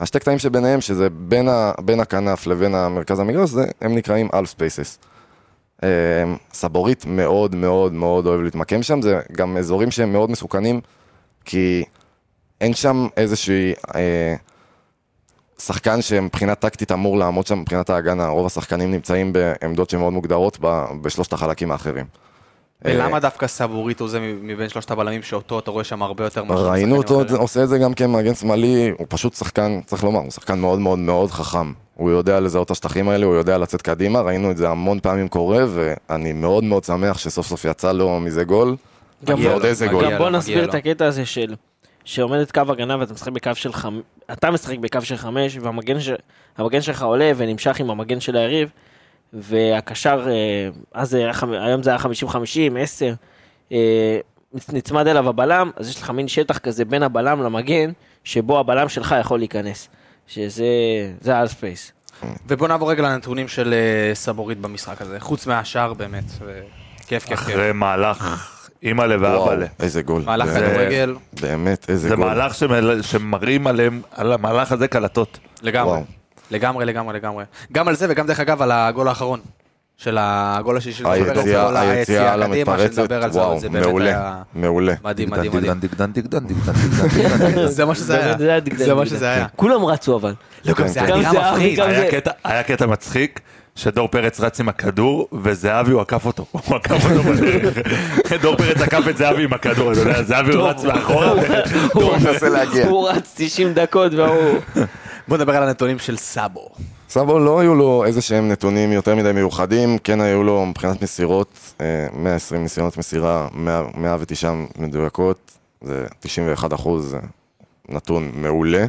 Speaker 2: השתי קטעים שביניהם, שזה בין, ה, בין הכנף לבין המרכז המגרש, זה, הם נקראים אלף ספייסס. אמ, סבורית מאוד מאוד מאוד אוהב להתמקם שם, זה גם אזורים שהם מאוד מסוכנים, כי אין שם איזושהי אה, שחקן שמבחינה טקטית אמור לעמוד שם מבחינת ההגנה, רוב השחקנים נמצאים בעמדות שמאוד מוגדרות ב, בשלושת החלקים האחרים. אה.
Speaker 1: ולמה דווקא סבורית הוא זה מבין שלושת הבלמים שאותו אתה רואה שם הרבה יותר מאשר
Speaker 2: ראינו
Speaker 1: שחקנים
Speaker 2: אותו
Speaker 1: אחרים?
Speaker 2: עושה את זה גם כמגן שמאלי, הוא פשוט שחקן, צריך לומר, הוא שחקן מאוד מאוד מאוד חכם. הוא יודע לזהות את השטחים האלה, הוא יודע לצאת קדימה, ראינו את זה המון פעמים קורה, ואני מאוד מאוד שמח שסוף סוף יצא לו מזה גול.
Speaker 3: גם
Speaker 1: מגיע
Speaker 2: ועוד
Speaker 1: לו,
Speaker 2: איזה
Speaker 1: מגיע
Speaker 2: גול.
Speaker 1: לו,
Speaker 3: גם בוא
Speaker 1: מגיע
Speaker 3: נסביר
Speaker 1: לו.
Speaker 3: את הקטע הזה של... שעומדת קו הגנה ואתה משחק בקו של חמ... אתה משחק בקו של חמש והמגן ש... המגן שלך עולה ונמשך עם המגן של היריב והקשר, אה, אז זה היה, חמ- היום זה היה 50-50, 10, אה, נצמד אליו הבלם, אז יש לך מין שטח כזה בין הבלם למגן שבו הבלם שלך יכול להיכנס. שזה זה האלספייס.
Speaker 1: ובוא נעבור רגע לנתונים של אה, סבורית במשחק הזה, חוץ מהשאר באמת, ו- כיף כיף כיף.
Speaker 4: אחרי מהלך אימא'לה
Speaker 2: וואו,
Speaker 4: ואבאלה.
Speaker 2: איזה גול.
Speaker 1: מהלך
Speaker 2: זה-
Speaker 1: כדורגל,
Speaker 2: באמת, איזה
Speaker 4: זה
Speaker 2: גול.
Speaker 4: מהלך שמל- שמראים עליהם, על המהלך הזה קלטות.
Speaker 1: לגמרי,
Speaker 2: וואו.
Speaker 1: לגמרי, לגמרי, לגמרי. גם על זה וגם דרך אגב על הגול האחרון, של הגול השישי, של
Speaker 2: היציאה-
Speaker 1: פרץ, הגול,
Speaker 2: היציאה
Speaker 1: קדימה,
Speaker 2: למתפרצת,
Speaker 1: שנדבר על זה, אבל
Speaker 2: וואו,
Speaker 1: זה באמת
Speaker 2: מעולה,
Speaker 1: היה
Speaker 2: מעולה.
Speaker 1: מדהים,
Speaker 4: דגדן,
Speaker 1: מדהים, מדהים.
Speaker 4: דגדן, דגדן, דגדן, דגדן, דגדן, דגדן.
Speaker 1: זה מה שזה היה,
Speaker 3: באמת, היה דגדג
Speaker 1: זה מה
Speaker 3: דגדג.
Speaker 1: שזה היה.
Speaker 3: כולם רצו אבל.
Speaker 1: לא,
Speaker 2: כן,
Speaker 1: גם זה היה
Speaker 3: גם זה
Speaker 1: נראה
Speaker 3: היה-
Speaker 1: מפחיד.
Speaker 3: גם-
Speaker 4: היה
Speaker 3: זה-
Speaker 4: קטע- היה קטע מצחיק. שדור פרץ רץ עם הכדור, וזהבי הוא עקף אותו, הוא עקף אותו בדרך. דור פרץ עקף את זהבי עם הכדור, אתה יודע, זהבי רץ לאחורה,
Speaker 2: הוא מנסה להגיע.
Speaker 3: הוא רץ 90 דקות והוא...
Speaker 1: בוא נדבר על הנתונים של סאבו.
Speaker 2: סבו לא היו לו איזה שהם נתונים יותר מדי מיוחדים, כן היו לו מבחינת מסירות, אה, 120 ניסיונות מסירה, 100 109 מדויקות, זה 91 אחוז, זה נתון מעולה.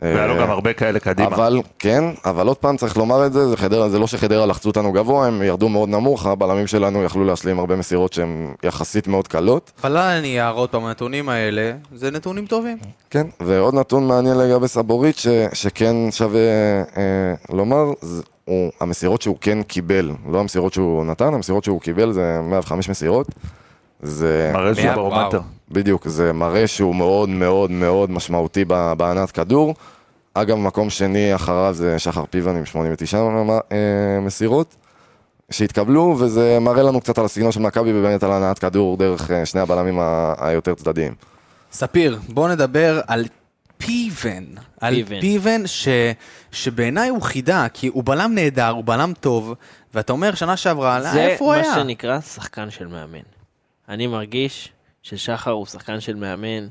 Speaker 4: והיה לו
Speaker 2: אה,
Speaker 4: גם הרבה כאלה קדימה.
Speaker 2: אבל, כן, אבל עוד פעם צריך לומר את זה, זה, חדרה, זה לא שחדרה לחצו אותנו גבוה, הם ירדו מאוד נמוך, הבלמים שלנו יכלו להשלים הרבה מסירות שהן יחסית מאוד קלות.
Speaker 1: אבל אני אער עוד פעם, הנתונים האלה, זה נתונים טובים.
Speaker 2: כן, ועוד נתון מעניין לגבי סבורית, ש, שכן שווה אה, לומר, זה, הוא, המסירות שהוא כן קיבל, לא המסירות שהוא נתן, המסירות שהוא קיבל זה 105 מסירות. זה
Speaker 4: מראה שהוא
Speaker 1: וואו.
Speaker 4: ברומנטר.
Speaker 2: בדיוק, זה מראה שהוא מאוד מאוד מאוד משמעותי ב- בהנעת כדור. אגב, מקום שני אחריו זה שחר פיבן עם 89 מ- אה, מסירות שהתקבלו, וזה מראה לנו קצת על הסגנון של מכבי ובאמת על הנעת כדור דרך אה, שני הבלמים ה- היותר צדדיים.
Speaker 1: ספיר, בוא נדבר על פיבן. על
Speaker 3: פיבן.
Speaker 1: פיבן ש... שבעיניי הוא חידה, כי הוא בלם נהדר, הוא בלם טוב, ואתה אומר שנה שעברה, לא,
Speaker 3: זה
Speaker 1: איפה הוא היה?
Speaker 3: מה שנקרא שחקן של מאמן. אני מרגיש ששחר הוא שחקן של מאמן,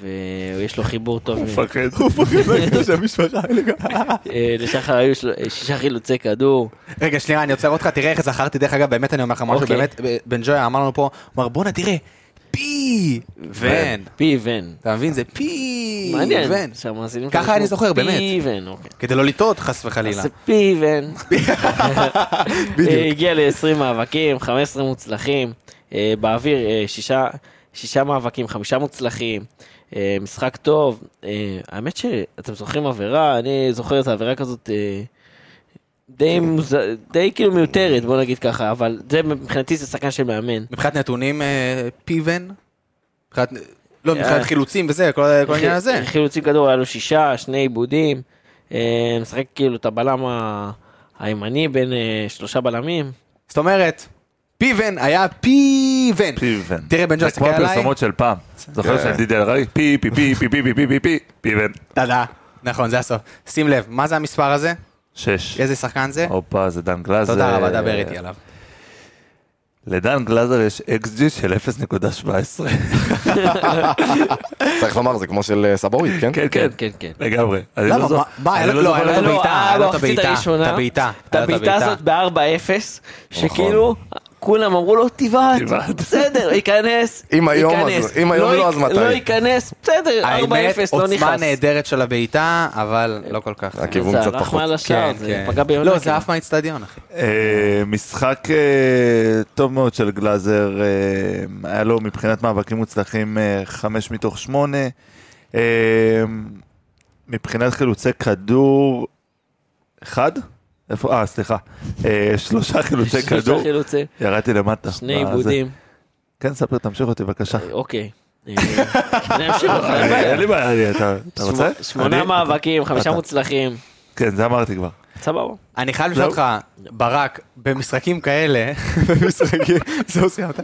Speaker 3: ויש לו חיבור טוב.
Speaker 4: הוא
Speaker 3: עם-
Speaker 4: מפחד.
Speaker 3: אה, לשחר היו של- שישה חילוצי כדור.
Speaker 1: רגע, שנייה, אני עוצר אותך, תראה איך זכרתי, דרך אגב, באמת אני אומר לך משהו,
Speaker 3: אוקיי.
Speaker 1: באמת, בן ג'ויה אמר לנו פה, הוא אמר, בואנה, תראה, פי ון.
Speaker 3: פי ון.
Speaker 1: אתה מבין? זה פי
Speaker 3: מעניין.
Speaker 1: ון.
Speaker 3: שהמאזינים
Speaker 1: ככה
Speaker 3: שלנו
Speaker 1: אני זוכר,
Speaker 3: ישמעו
Speaker 1: באמת.
Speaker 3: פי ון, אוקיי.
Speaker 1: כדי לא לטעות, חס וחלילה.
Speaker 3: אז זה פי ון. אה, הגיע ל-20 מאבקים, 15 מוצלחים, אה, באוויר אה, שישה, שישה מאבקים, חמישה מוצלחים, אה, משחק טוב. אה, האמת שאתם זוכרים עבירה, אני זוכר את העבירה כזאת אה, די, מוז... די כאילו מיותרת, בוא נגיד ככה, אבל זה מבחינתי זה שחקן של מאמן.
Speaker 1: מבחינת נתונים, אה, פי ון? מבחינת...
Speaker 3: אה.
Speaker 1: לא, מבחינת חילוצים וזה, כל כל העניין הזה.
Speaker 3: חילוצי כדור, היה לו שישה, שני עיבודים, אה, משחק כאילו את הבלם ה- הימני בין אה, שלושה בלמים.
Speaker 1: זאת אומרת, פי ון היה פי ון.
Speaker 4: פיבן.
Speaker 1: תראה, בן ג'אס,
Speaker 4: זה כמו
Speaker 1: תסתכל עליי.
Speaker 4: הפרסומות של פעם. זוכר
Speaker 2: כן.
Speaker 4: שדידי אלרעי? פי פי פי פי פי פי פי פי פי פיבן.
Speaker 1: תודה. נכון, זה הסוף. שים לב, מה זה המספר הזה?
Speaker 4: שש.
Speaker 1: איזה שחקן זה?
Speaker 4: הופה, זה דן גלאזר.
Speaker 1: תודה רבה, דבר איתי עליו.
Speaker 4: לדן גלאזר יש XG של 0.17.
Speaker 2: צריך לומר, זה כמו של אה, סבורית, כן?
Speaker 4: כן, כן.
Speaker 3: כן, כן.
Speaker 4: לגמרי. אני
Speaker 1: למה?
Speaker 4: לא זוכר-
Speaker 1: מה- מה,
Speaker 4: אני
Speaker 1: היה לו- לא,
Speaker 4: זוכר
Speaker 1: היה לו
Speaker 4: את
Speaker 1: את הבעיטה,
Speaker 3: אה,
Speaker 1: היה לו את
Speaker 3: במחצית
Speaker 1: הבעיטה,
Speaker 3: הראשונה,
Speaker 1: את הבעיטה, נכון.
Speaker 3: את הבעיטה הזאת ב-4-0, שכאילו כולם אמרו לו תבעט,
Speaker 4: תבעט."
Speaker 3: בסדר, ייכנס,
Speaker 2: אם היום, אז-
Speaker 3: ייכנס.
Speaker 2: אם היום לא,
Speaker 3: ייק-
Speaker 2: אז מתי?
Speaker 3: לא ייכנס, בסדר, 4-0
Speaker 1: האמת,
Speaker 3: לא
Speaker 1: עוצמה
Speaker 3: נכנס.
Speaker 1: נהדרת של הבעיטה, אבל לא כל כך.
Speaker 2: הכיוון
Speaker 3: זה
Speaker 2: קצת
Speaker 3: הלך
Speaker 2: פחות.
Speaker 3: מעל השער,
Speaker 1: כן,
Speaker 3: זה
Speaker 1: כן.
Speaker 3: פגע ביונה.
Speaker 1: לא, זה
Speaker 3: כאילו.
Speaker 1: עף מהאיצטדיון, אחי.
Speaker 4: אה, משחק אה, טוב מאוד של גלאזר, אה, היה לו מבחינת מאבקים מוצלחים אה, חמש מתוך שמונה. אה, מבחינת חילוצי כדור, אחד? איפה? אה, סליחה. אה, שלושה
Speaker 1: לא
Speaker 4: חילוצי
Speaker 3: שלושה
Speaker 4: כדור.
Speaker 3: חילוצים,
Speaker 4: ירדתי למטה.
Speaker 3: שני
Speaker 4: בזה.
Speaker 3: עיבודים,
Speaker 4: כן, ספיר, תמשיך אותי בבקשה.
Speaker 3: אוקיי. אה, אני אמשיך אותך, אין בעיה.
Speaker 4: אין לי בעיה, אני- אתה אתה רוצה?
Speaker 3: שמונה- שמונה
Speaker 4: אני-
Speaker 3: מאבקים, חמישה
Speaker 4: אתה.
Speaker 3: מוצלחים, אה,
Speaker 4: כן, זה אמרתי כבר.
Speaker 3: סבבה.
Speaker 1: אני חייב לשאול אותך, ברק, במשחקים כאלה, במשחקים, זהו סיימת?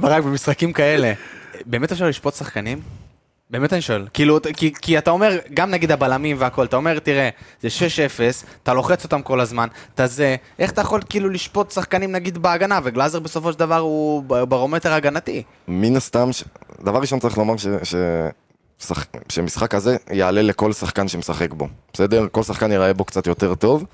Speaker 1: ברק, במשחקים כאלה, באמת אפשר לשפוט שחקנים? באמת אני שואל. כאילו, אתה- כי, כי אתה אומר, גם נגיד הבלמים והכל, אתה אומר, תראה, זה 6-0, אתה לוחץ אותם כל הזמן, אתה זה, איך אתה יכול כאילו לשפוט שחקנים נגיד בהגנה, וגלאזר בסופו של דבר הוא ב- ברומטר הגנתי.
Speaker 2: מן הסתם, ש... דבר ראשון צריך לומר ש... ש... שח... שמשחק הזה יעלה לכל שחקן שמשחק בו, בסדר? כל שחקן יראה בו קצת יותר טוב.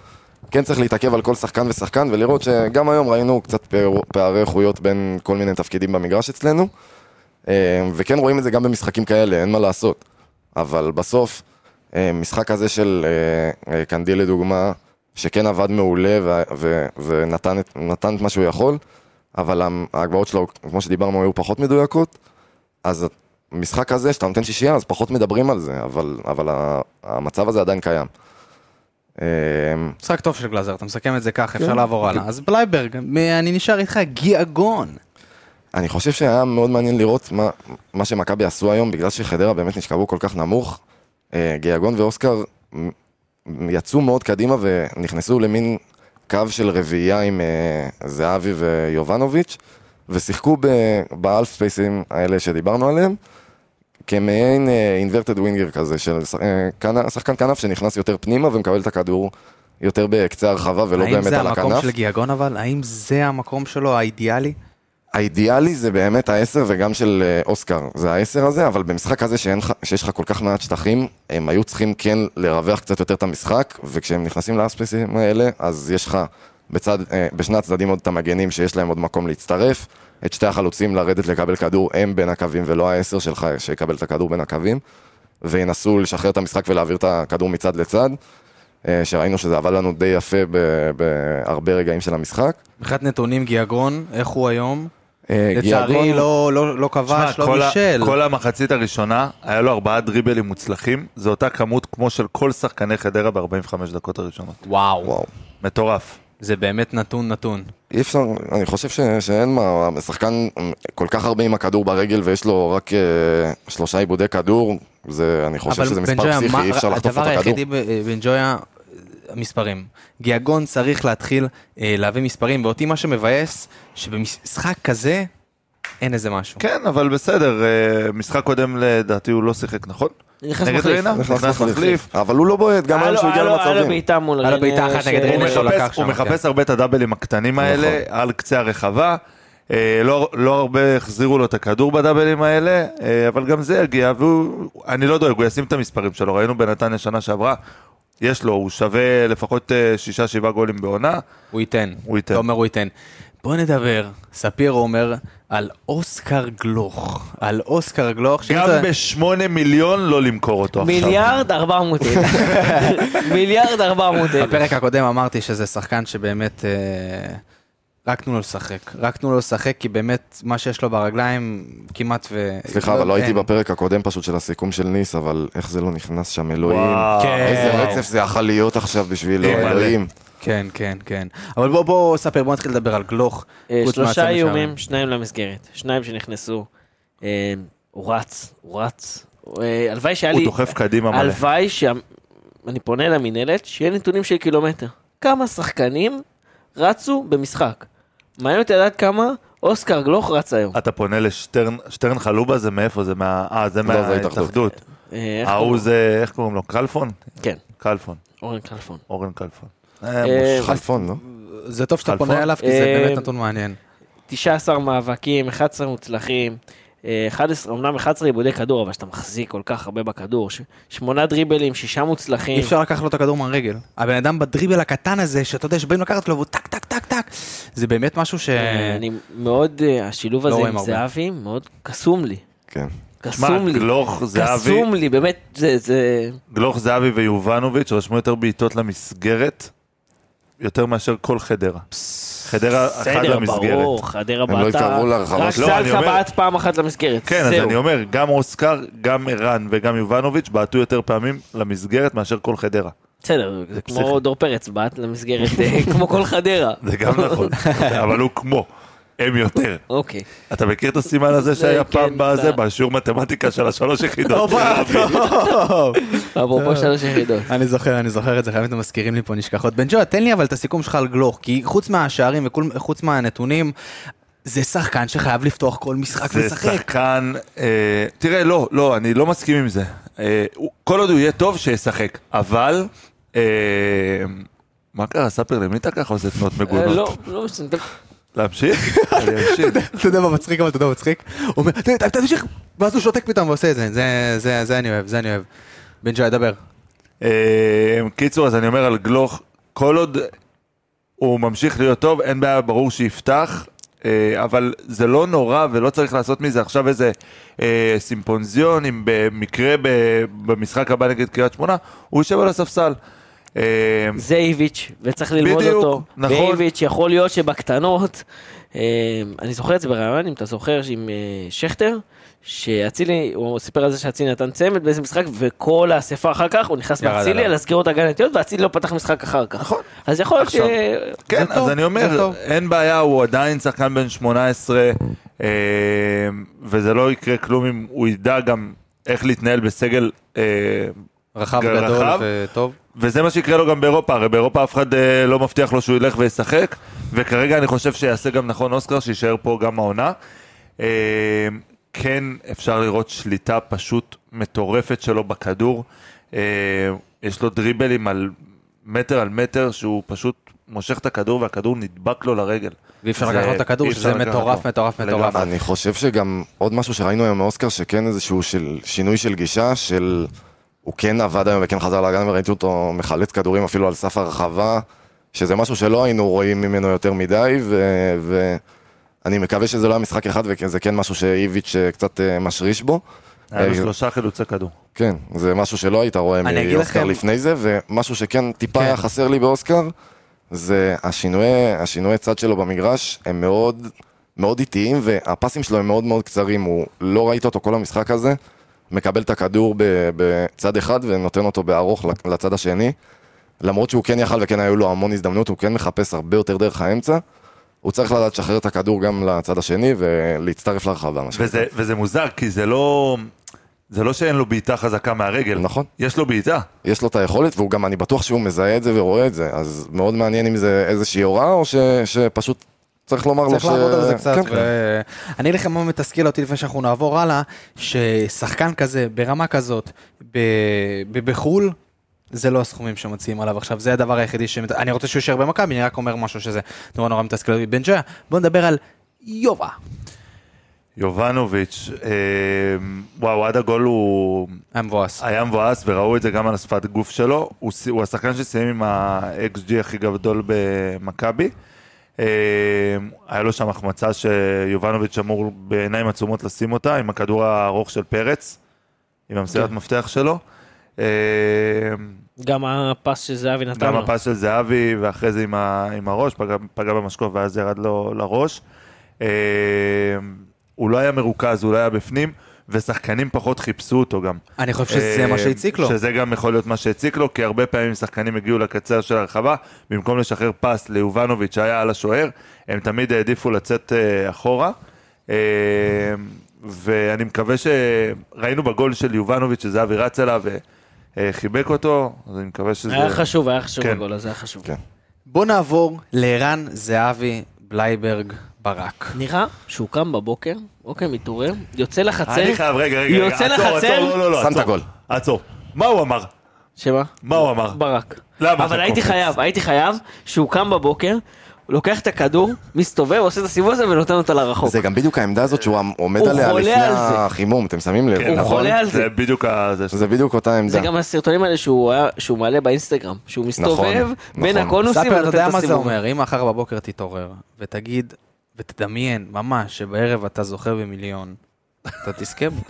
Speaker 2: כן צריך להתעכב על כל שחקן ושחקן ולראות שגם היום ראינו קצת פער... פערי איכויות בין כל מיני תפקידים במגרש אצלנו. אה, וכן רואים את זה גם במשחקים כאלה, אין מה לעשות. אבל בסוף, אה, משחק הזה של אה, אה, קנדיל לדוגמה, שכן עבד מעולה ו- ו- ונתן את, נתן את מה שהוא יכול, אבל המ- ההגבהות שלו, כמו שדיברנו, היו פחות מדויקות, אז המשחק הזה, שאתה נותן שישייה, אז פחות מדברים על זה, אבל, אבל ה- המצב הזה עדיין קיים. אה,
Speaker 1: משחק טוב של גלאזר, אתה מסכם את זה כך, אפשר לעבור הלאה. אז בלייברג, מ- אני נשאר איתך גיאגון.
Speaker 2: אני חושב שהיה מאוד מעניין לראות מה, מה שמכבי עשו היום, בגלל שחדרה באמת נשכבו כל כך נמוך. אה, גיאגון ואוסקר מ- יצאו מאוד קדימה ונכנסו למין קו של רביעייה עם אה, זהבי ויובנוביץ', ושיחקו ב- באלף ספייסים האלה שדיברנו עליהם, כמעין אינברטד ווינגר כזה, של ש- אה, כנף- שחקן כנף שנכנס יותר פנימה ומקבל את הכדור יותר בקצה הרחבה ולא
Speaker 1: האם
Speaker 2: באמת על
Speaker 1: זה
Speaker 2: הכנף.
Speaker 1: המקום של גיאגון אבל? האם זה המקום שלו האידיאלי?
Speaker 2: האידיאלי זה באמת העשר וגם של אה, אוסקר, זה העשר הזה, אבל במשחק הזה שאין, לך- שיש לך כל כך מעט שטחים, הם היו צריכים כן לרווח קצת יותר את המשחק, וכשהם נכנסים לאספסים האלה, אז יש לך בצד, אה, בשני הצדדים עוד את המגנים שיש להם עוד מקום להצטרף, את שתי החלוצים לרדת לקבל כדור הם בין הקווים ולא העשר שלך שיקבל את הכדור בין הקווים, וינסו לשחרר את המשחק ולהעביר את הכדור מצד לצד, אה, שראינו שזה עבד לנו די יפה ב- בהרבה רגעים של המשחק.
Speaker 1: מבחינת נתונים גיאגון, איך הוא היום?
Speaker 2: אה,
Speaker 1: לצערי
Speaker 2: גיאגון-
Speaker 1: לא, לא, לא
Speaker 4: תשמע,
Speaker 1: כבש, לא
Speaker 4: כל ה-
Speaker 1: בישל.
Speaker 4: כל המחצית הראשונה, היה לו ארבעה דריבלים מוצלחים, זו אותה כמות כמו של כל שחקני חדרה ב-45 דקות הראשונות.
Speaker 1: וואו,
Speaker 2: וואו.
Speaker 4: מטורף.
Speaker 1: זה באמת נתון נתון.
Speaker 2: אי אפשר, אני חושב ש, שאין מה, השחקן כל כך הרבה עם הכדור ברגל ויש לו רק אה, שלושה עיבודי כדור, זה, אני חושב שזה מספר פסיכי, אי אפשר לחטוף
Speaker 1: הדבר
Speaker 2: את הכדור.
Speaker 1: היחידי ב- בן ג'ויה, אה, מספרים. גיאגון צריך להתחיל אה, להביא מספרים, ואותי מה שמבאס, שבמשחק כזה, אין איזה משהו.
Speaker 4: כן, אבל בסדר, אה, משחק קודם לדעתי הוא לא שיחק, נכון?
Speaker 3: נכנס
Speaker 4: נגד
Speaker 3: מחליף.
Speaker 4: ריינה?
Speaker 2: נכנס
Speaker 4: נכנס מחליף.
Speaker 2: אבל הוא לא בועט,
Speaker 3: אה,
Speaker 2: גם היום שהוא הגיע
Speaker 3: היה לו
Speaker 2: למצבים.
Speaker 3: בעיטה מול
Speaker 1: היה לו בעיטה אחת נגד
Speaker 4: הוא
Speaker 1: ריינה לא, שהוא
Speaker 4: מחפש-
Speaker 1: לקח שם,
Speaker 4: הוא מחפש הרבה את הדאבלים הקטנים האלה על קצה הרחבה. אה, לא לא הרבה החזירו לו את הכדור בדאבלים האלה, אה, אבל גם זה יגיע, והוא- אני לא דואג, הוא ישים את המספרים שלו, ראינו בנתניה שנה שעברה, יש לו, הוא שווה לפחות אה, שישה, שבעה גולים בעונה,
Speaker 1: הוא ייתן.
Speaker 4: הוא ייתן.
Speaker 1: אתה אומר הוא ייתן. בוא נדבר, ספיר אומר, על אוסקר גלוך. על אוסקר גלוך. שאם
Speaker 4: גם
Speaker 1: אתה-
Speaker 4: בשמונה מיליון לא למכור אותו עכשיו.
Speaker 3: מיליארד ארבע מאות אלף. מיליארד ארבע מאות אלף.
Speaker 1: בפרק הקודם אמרתי שזה שחקן שבאמת... אה, רק תנו לו לשחק. רק תנו לו לשחק, כי באמת, מה שיש לו ברגליים כמעט ו...
Speaker 2: סליחה, אבל לא הייתי
Speaker 1: אין.
Speaker 2: בפרק הקודם פשוט של הסיכום של ניס, אבל איך זה לא נכנס שם, אלוהים.
Speaker 4: וואו.
Speaker 1: כן.
Speaker 2: איזה
Speaker 1: וואו.
Speaker 2: רצף זה יכול להיות עכשיו בשביל
Speaker 4: אימא'לה.
Speaker 2: אלוהים.
Speaker 1: כן, כן, כן. אבל בוא, בוא, ספיר, בוא נתחיל לדבר על גלוך.
Speaker 3: אה,
Speaker 1: חוץ
Speaker 3: שלושה
Speaker 1: מהצמד
Speaker 3: איומים,
Speaker 1: שם.
Speaker 3: שניים למסגרת. שניים שנכנסו. אה, הוא רץ, הוא רץ. אה, הלוואי שהיה לי...
Speaker 4: הוא דוחף קדימה מלא.
Speaker 3: הלוואי שה... אני פונה למינהלת, שיהיה נתונים של קילומטר. כמה שחקנים רצו במשחק. מעניין אותי לדעת כמה אוסקר גלוך רץ היום.
Speaker 4: אתה פונה לשטרן שטרן חלובה זה מאיפה זה מה... אה זה
Speaker 2: לא, זה
Speaker 4: מההתאחדות.
Speaker 3: אה, איך
Speaker 4: ההוא
Speaker 3: קוראים
Speaker 4: זה איך קוראים לו? קלפון?
Speaker 3: לו? כן,
Speaker 4: קלפון.
Speaker 3: אורן כלפון.
Speaker 4: אורן קלפון.
Speaker 3: אה,
Speaker 2: חלפון, לא?
Speaker 1: זה טוב שאתה
Speaker 4: כלפון?
Speaker 1: פונה אליו, כי זה
Speaker 3: אה,
Speaker 1: באמת נתון מעניין.
Speaker 3: 19 מאבקים, 11 מוצלחים, אה, 11, אמנם 11 עיבודי כדור, אבל שאתה מחזיק כל כך הרבה בכדור, ש- שמונה דריבלים, שישה
Speaker 1: אי
Speaker 3: מוצלחים.
Speaker 1: אפשר לקחת לו את הכדור מהרגל. הבן אדם בדריבל הקטן הזה, שאתה יודע שבאים לקחת לו, והוא טק, טק, טק, טק. זה באמת משהו ש...
Speaker 3: אה, אני מאוד, אה, השילוב
Speaker 1: לא
Speaker 3: הזה
Speaker 1: רואים
Speaker 3: עם
Speaker 1: הרבה.
Speaker 3: זהבי, מאוד קסום לי.
Speaker 2: כן.
Speaker 4: מה,
Speaker 3: קסום לי.
Speaker 4: גלוך לא, זהבי,
Speaker 3: קסום לי, באמת, זה, זה...
Speaker 4: גלוך זהבי ויובנוביץ' רשמו יותר בעיטות למסגרת, יותר מאשר כל חדרה. חדרה אחת
Speaker 3: בסדר,
Speaker 4: אה, למסגרת.
Speaker 3: ברור, חדרה
Speaker 2: הם לא
Speaker 3: בעטה-
Speaker 2: התקרבו לרחבה
Speaker 3: רק
Speaker 4: שלו. לא, אני
Speaker 3: סלקה
Speaker 4: אומר-
Speaker 3: בעט פעם אחת למסגרת.
Speaker 4: כן, אז
Speaker 3: זהו.
Speaker 4: אני אומר, גם אוסקר, גם ערן וגם יובנוביץ' בעטו יותר פעמים למסגרת מאשר כל חדרה.
Speaker 3: בסדר, זה כמו
Speaker 4: פסיכי.
Speaker 3: דור פרץ בעט למסגרת, אה, כמו כל חדרה.
Speaker 4: זה גם נכון, אבל הוא כמו, הם יותר.
Speaker 3: אוקיי.
Speaker 4: אתה מכיר את הסימן הזה
Speaker 3: זה
Speaker 4: שהיה
Speaker 3: כן, לא,
Speaker 4: פעם בזה,
Speaker 3: אתה-
Speaker 4: בשיעור מתמטיקה של השלוש יחידות? אה.
Speaker 3: אפרופו שלוש יחידות.
Speaker 1: אני זוכר, אני זוכר את זה, חייבים אתם מזכירים לי פה נשכחות. בן ג'ו, תן לי אבל את הסיכום שלך על גלוך, כי חוץ מהשערים וחוץ מהנתונים, זה שחקן שחייב לפתוח כל משחק
Speaker 4: זה
Speaker 1: ולשחק.
Speaker 4: שחקן, אה, תראה, לא, לא, אני לא מסכים עם זה. אה, הוא- כל עוד הוא יהיה טוב, שישחק. אבל, אה, מה קרה, ספר, למי אתה ככה עושה תנועות
Speaker 3: אה, לא,
Speaker 4: מגונות?
Speaker 3: לא משנה.
Speaker 4: להמשיך? אני אמשיך.
Speaker 1: אתה יודע מה מצחיק, אבל אתה יודע מה מצחיק? הוא אומר, "ת- ת- תמשיך, ואז הוא שותק פתאום ועושה את זה, זה- זה- זה אני אוהב, זה אני אוהב. בן ג'ו, דבר.
Speaker 4: אה, קיצור, אז אני אומר על גלוך, כל עוד הוא ממשיך להיות טוב, אין בעיה, ברור שיפתח, אה, אבל זה לא נורא ולא צריך לעשות מזה עכשיו איזה אה, סימפונזיון, אם במקרה ב- במשחק הבא נגד קריית שמונה, הוא יושב על הספסל. אה,
Speaker 3: זה איביץ', וצריך ללמוד
Speaker 4: בדיוק,
Speaker 3: אותו.
Speaker 4: נכון.
Speaker 3: ואיביץ' יכול להיות שבקטנות, אה, אני זוכר את זה ברעיון, אם אתה זוכר, עם אה, שכטר, שאצילי, הוא סיפר על זה שאצילי נתן צמד באיזה משחק, וכל האספה אחר כך, הוא נכנס
Speaker 1: ירד
Speaker 3: מאצילי
Speaker 1: עליו.
Speaker 3: על הסגירות הגנתיות, ואצילי לא פתח משחק אחר כך. נכון. אז יכול להיות ש...
Speaker 4: עכשיו, כן,
Speaker 1: זה
Speaker 4: אז
Speaker 1: טוב,
Speaker 4: אני
Speaker 1: זה
Speaker 4: אומר,
Speaker 1: טוב.
Speaker 4: אין בעיה, הוא עדיין שחקן בן 18, אה, וזה לא יקרה כלום אם הוא ידע גם איך להתנהל בסגל אה,
Speaker 1: רחב,
Speaker 4: גדול
Speaker 1: גדול
Speaker 4: רחב.
Speaker 1: וטוב.
Speaker 4: וזה מה שיקרה לו גם באירופה, הרי באירופה אף אחד אה, לא מבטיח לו שהוא ילך וישחק, וכרגע אני חושב שיעשה גם נכון אוסקר, שיישאר פה גם העונה. אה, כן אפשר לראות שליטה פשוט מטורפת שלו בכדור. אה, יש לו דריבלים על מטר על מטר, שהוא פשוט מושך את הכדור והכדור נדבק לו לרגל.
Speaker 1: ואי אפשר
Speaker 4: זה-
Speaker 1: לקחת לו את הכדור,
Speaker 4: אי אפשר
Speaker 1: שזה
Speaker 4: לקחת
Speaker 1: מטורף,
Speaker 4: לו.
Speaker 1: מטורף, מטורף.
Speaker 4: לגמרי.
Speaker 2: אני חושב שגם עוד משהו שראינו היום מאוסקר, שכן איזשהו של, שינוי של גישה, של... הוא כן עבד היום וכן חזר להגן, וראיתי אותו מחלץ כדורים אפילו על סף הרחבה, שזה משהו שלא היינו רואים ממנו יותר מדי, ו... ואני מקווה שזה לא היה משחק אחד, וזה כן משהו שאיביץ' אה, קצת אה, משריש בו.
Speaker 4: היה לו
Speaker 2: אה,
Speaker 4: שלושה חילוצי כדור.
Speaker 2: כן, זה משהו שלא היית רואה
Speaker 1: אני אגיד
Speaker 2: מאוסקר
Speaker 1: לכם-
Speaker 2: לפני זה, ומשהו שכן טיפה
Speaker 1: כן.
Speaker 2: היה חסר לי באוסקר, זה השינויי, השינויי צד שלו במגרש, הם מאוד, מאוד איטיים, והפסים שלו הם מאוד מאוד קצרים, הוא לא ראית אותו כל המשחק הזה, מקבל את הכדור ב- בצד אחד ונותן אותו בארוך לצד השני, למרות שהוא כן יכל וכן היו לו המון הזדמנות, הוא כן מחפש הרבה יותר דרך האמצע. הוא צריך לדעת לשחרר את הכדור גם לצד השני ולהצטרף לרחבה. מה שנקרא.
Speaker 4: וזה, וזה מוזר, כי זה לא... זה לא שאין לו בעיטה חזקה מהרגל.
Speaker 2: נכון.
Speaker 4: יש לו בעיטה.
Speaker 2: יש לו את היכולת, והוא גם, אני בטוח שהוא מזהה את זה ורואה את זה, אז מאוד מעניין אם זה איזושהי הוראה, או ש, שפשוט צריך לומר לו
Speaker 1: צריך
Speaker 2: ש...
Speaker 1: לעבוד על זה קצת.
Speaker 2: כן, כן.
Speaker 1: ו- אני אגיד לכם מה מתסכל אותי לפני שאנחנו נעבור הלאה, ששחקן כזה, ברמה כזאת, ב- ב- בחו"ל, זה לא הסכומים שמציעים עליו עכשיו, זה הדבר היחידי ש... אני רוצה שהוא יישאר במכבי, אני רק אומר משהו שזה נורא נורא מתסכל אותי. בן ג'ויה, בוא נדבר על יובה.
Speaker 4: יובנוביץ', אה, וואו, עד הגול הוא
Speaker 1: היה מבואס.
Speaker 4: היה מבואס וראו את זה גם על השפת גוף שלו. הוא, סי- הוא השחקן שסיים עם ה-XG הכי גדול במכבי. אה, היה לו שם החמצה שיובנוביץ' אמור בעיניים עצומות לשים אותה, עם הכדור הארוך של פרץ, עם המסירת מפתח שלו. אה,
Speaker 3: גם הפס שזהבי נתן
Speaker 4: גם
Speaker 3: לו.
Speaker 4: הפס של זהבי, ואחרי זה עם, ה, עם הראש, פגע, פגע במשקוף ואז ירד לו לראש. אה, הוא לא היה מרוכז, הוא לא היה בפנים, ושחקנים פחות חיפשו אותו גם.
Speaker 1: אני חושב שזה מה
Speaker 4: אה,
Speaker 1: שהציק לו.
Speaker 4: שזה גם יכול להיות מה שהציק לו, כי הרבה פעמים שחקנים הגיעו לקצה של הרחבה, במקום לשחרר פס ליובנוביץ' שהיה על השוער, הם תמיד העדיפו לצאת אה, אחורה. אה, ואני מקווה ש... ראינו בגול של יובנוביץ' שזהבי רץ אליו וחיבק אותו, אז אני מקווה שזה...
Speaker 3: היה חשוב, היה חשוב
Speaker 4: כן.
Speaker 3: הגול הזה, היה חשוב.
Speaker 2: כן.
Speaker 1: בוא נעבור לערן זהבי בלייברג ברק.
Speaker 3: נראה שהוא קם בבוקר, אוקיי, מתעורר, יוצא לחצר,
Speaker 4: אני חייב, רגע, רגע, רגע,
Speaker 3: יוצא
Speaker 4: עצור,
Speaker 3: לחצר?
Speaker 4: עצור, לא, לא, לא,
Speaker 2: שם את
Speaker 4: עצור.
Speaker 2: הגול.
Speaker 4: עצור. מה הוא אמר?
Speaker 3: שמה?
Speaker 4: מה הוא אמר?
Speaker 3: ברק.
Speaker 4: למה
Speaker 3: אבל
Speaker 4: אתה
Speaker 3: הייתי
Speaker 4: קופץ?
Speaker 3: חייב, הייתי חייב שהוא קם בבוקר, הוא לוקח את הכדור, מסתובב, עושה את הסיבוב הזה ונותן אותה לרחוק.
Speaker 2: זה גם בדיוק העמדה הזאת שהוא עומד
Speaker 3: הוא
Speaker 2: עליה
Speaker 3: חולה
Speaker 2: לפני
Speaker 3: על זה.
Speaker 2: החימום, אתם שמים לב,
Speaker 4: כן,
Speaker 3: הוא
Speaker 2: נכון?
Speaker 3: חולה על זה.
Speaker 4: זה בדיוק ה... זה-
Speaker 2: זה בדיוק אותה
Speaker 3: זה
Speaker 2: עמדה.
Speaker 3: גם הסרטונים האלה שהוא היה- שהוא מעלה באינסטגרם, שהוא מסתובב
Speaker 2: נכון.
Speaker 3: בין הקונוסים
Speaker 1: ספר, אתה
Speaker 3: ונותן
Speaker 1: יודע
Speaker 3: את
Speaker 1: מה זה
Speaker 3: הסיבוב.
Speaker 1: אומר? אם מחר בבוקר תתעורר ותגיד ותדמיין ממש שבערב אתה זוכה במיליון, אתה תזכה בו.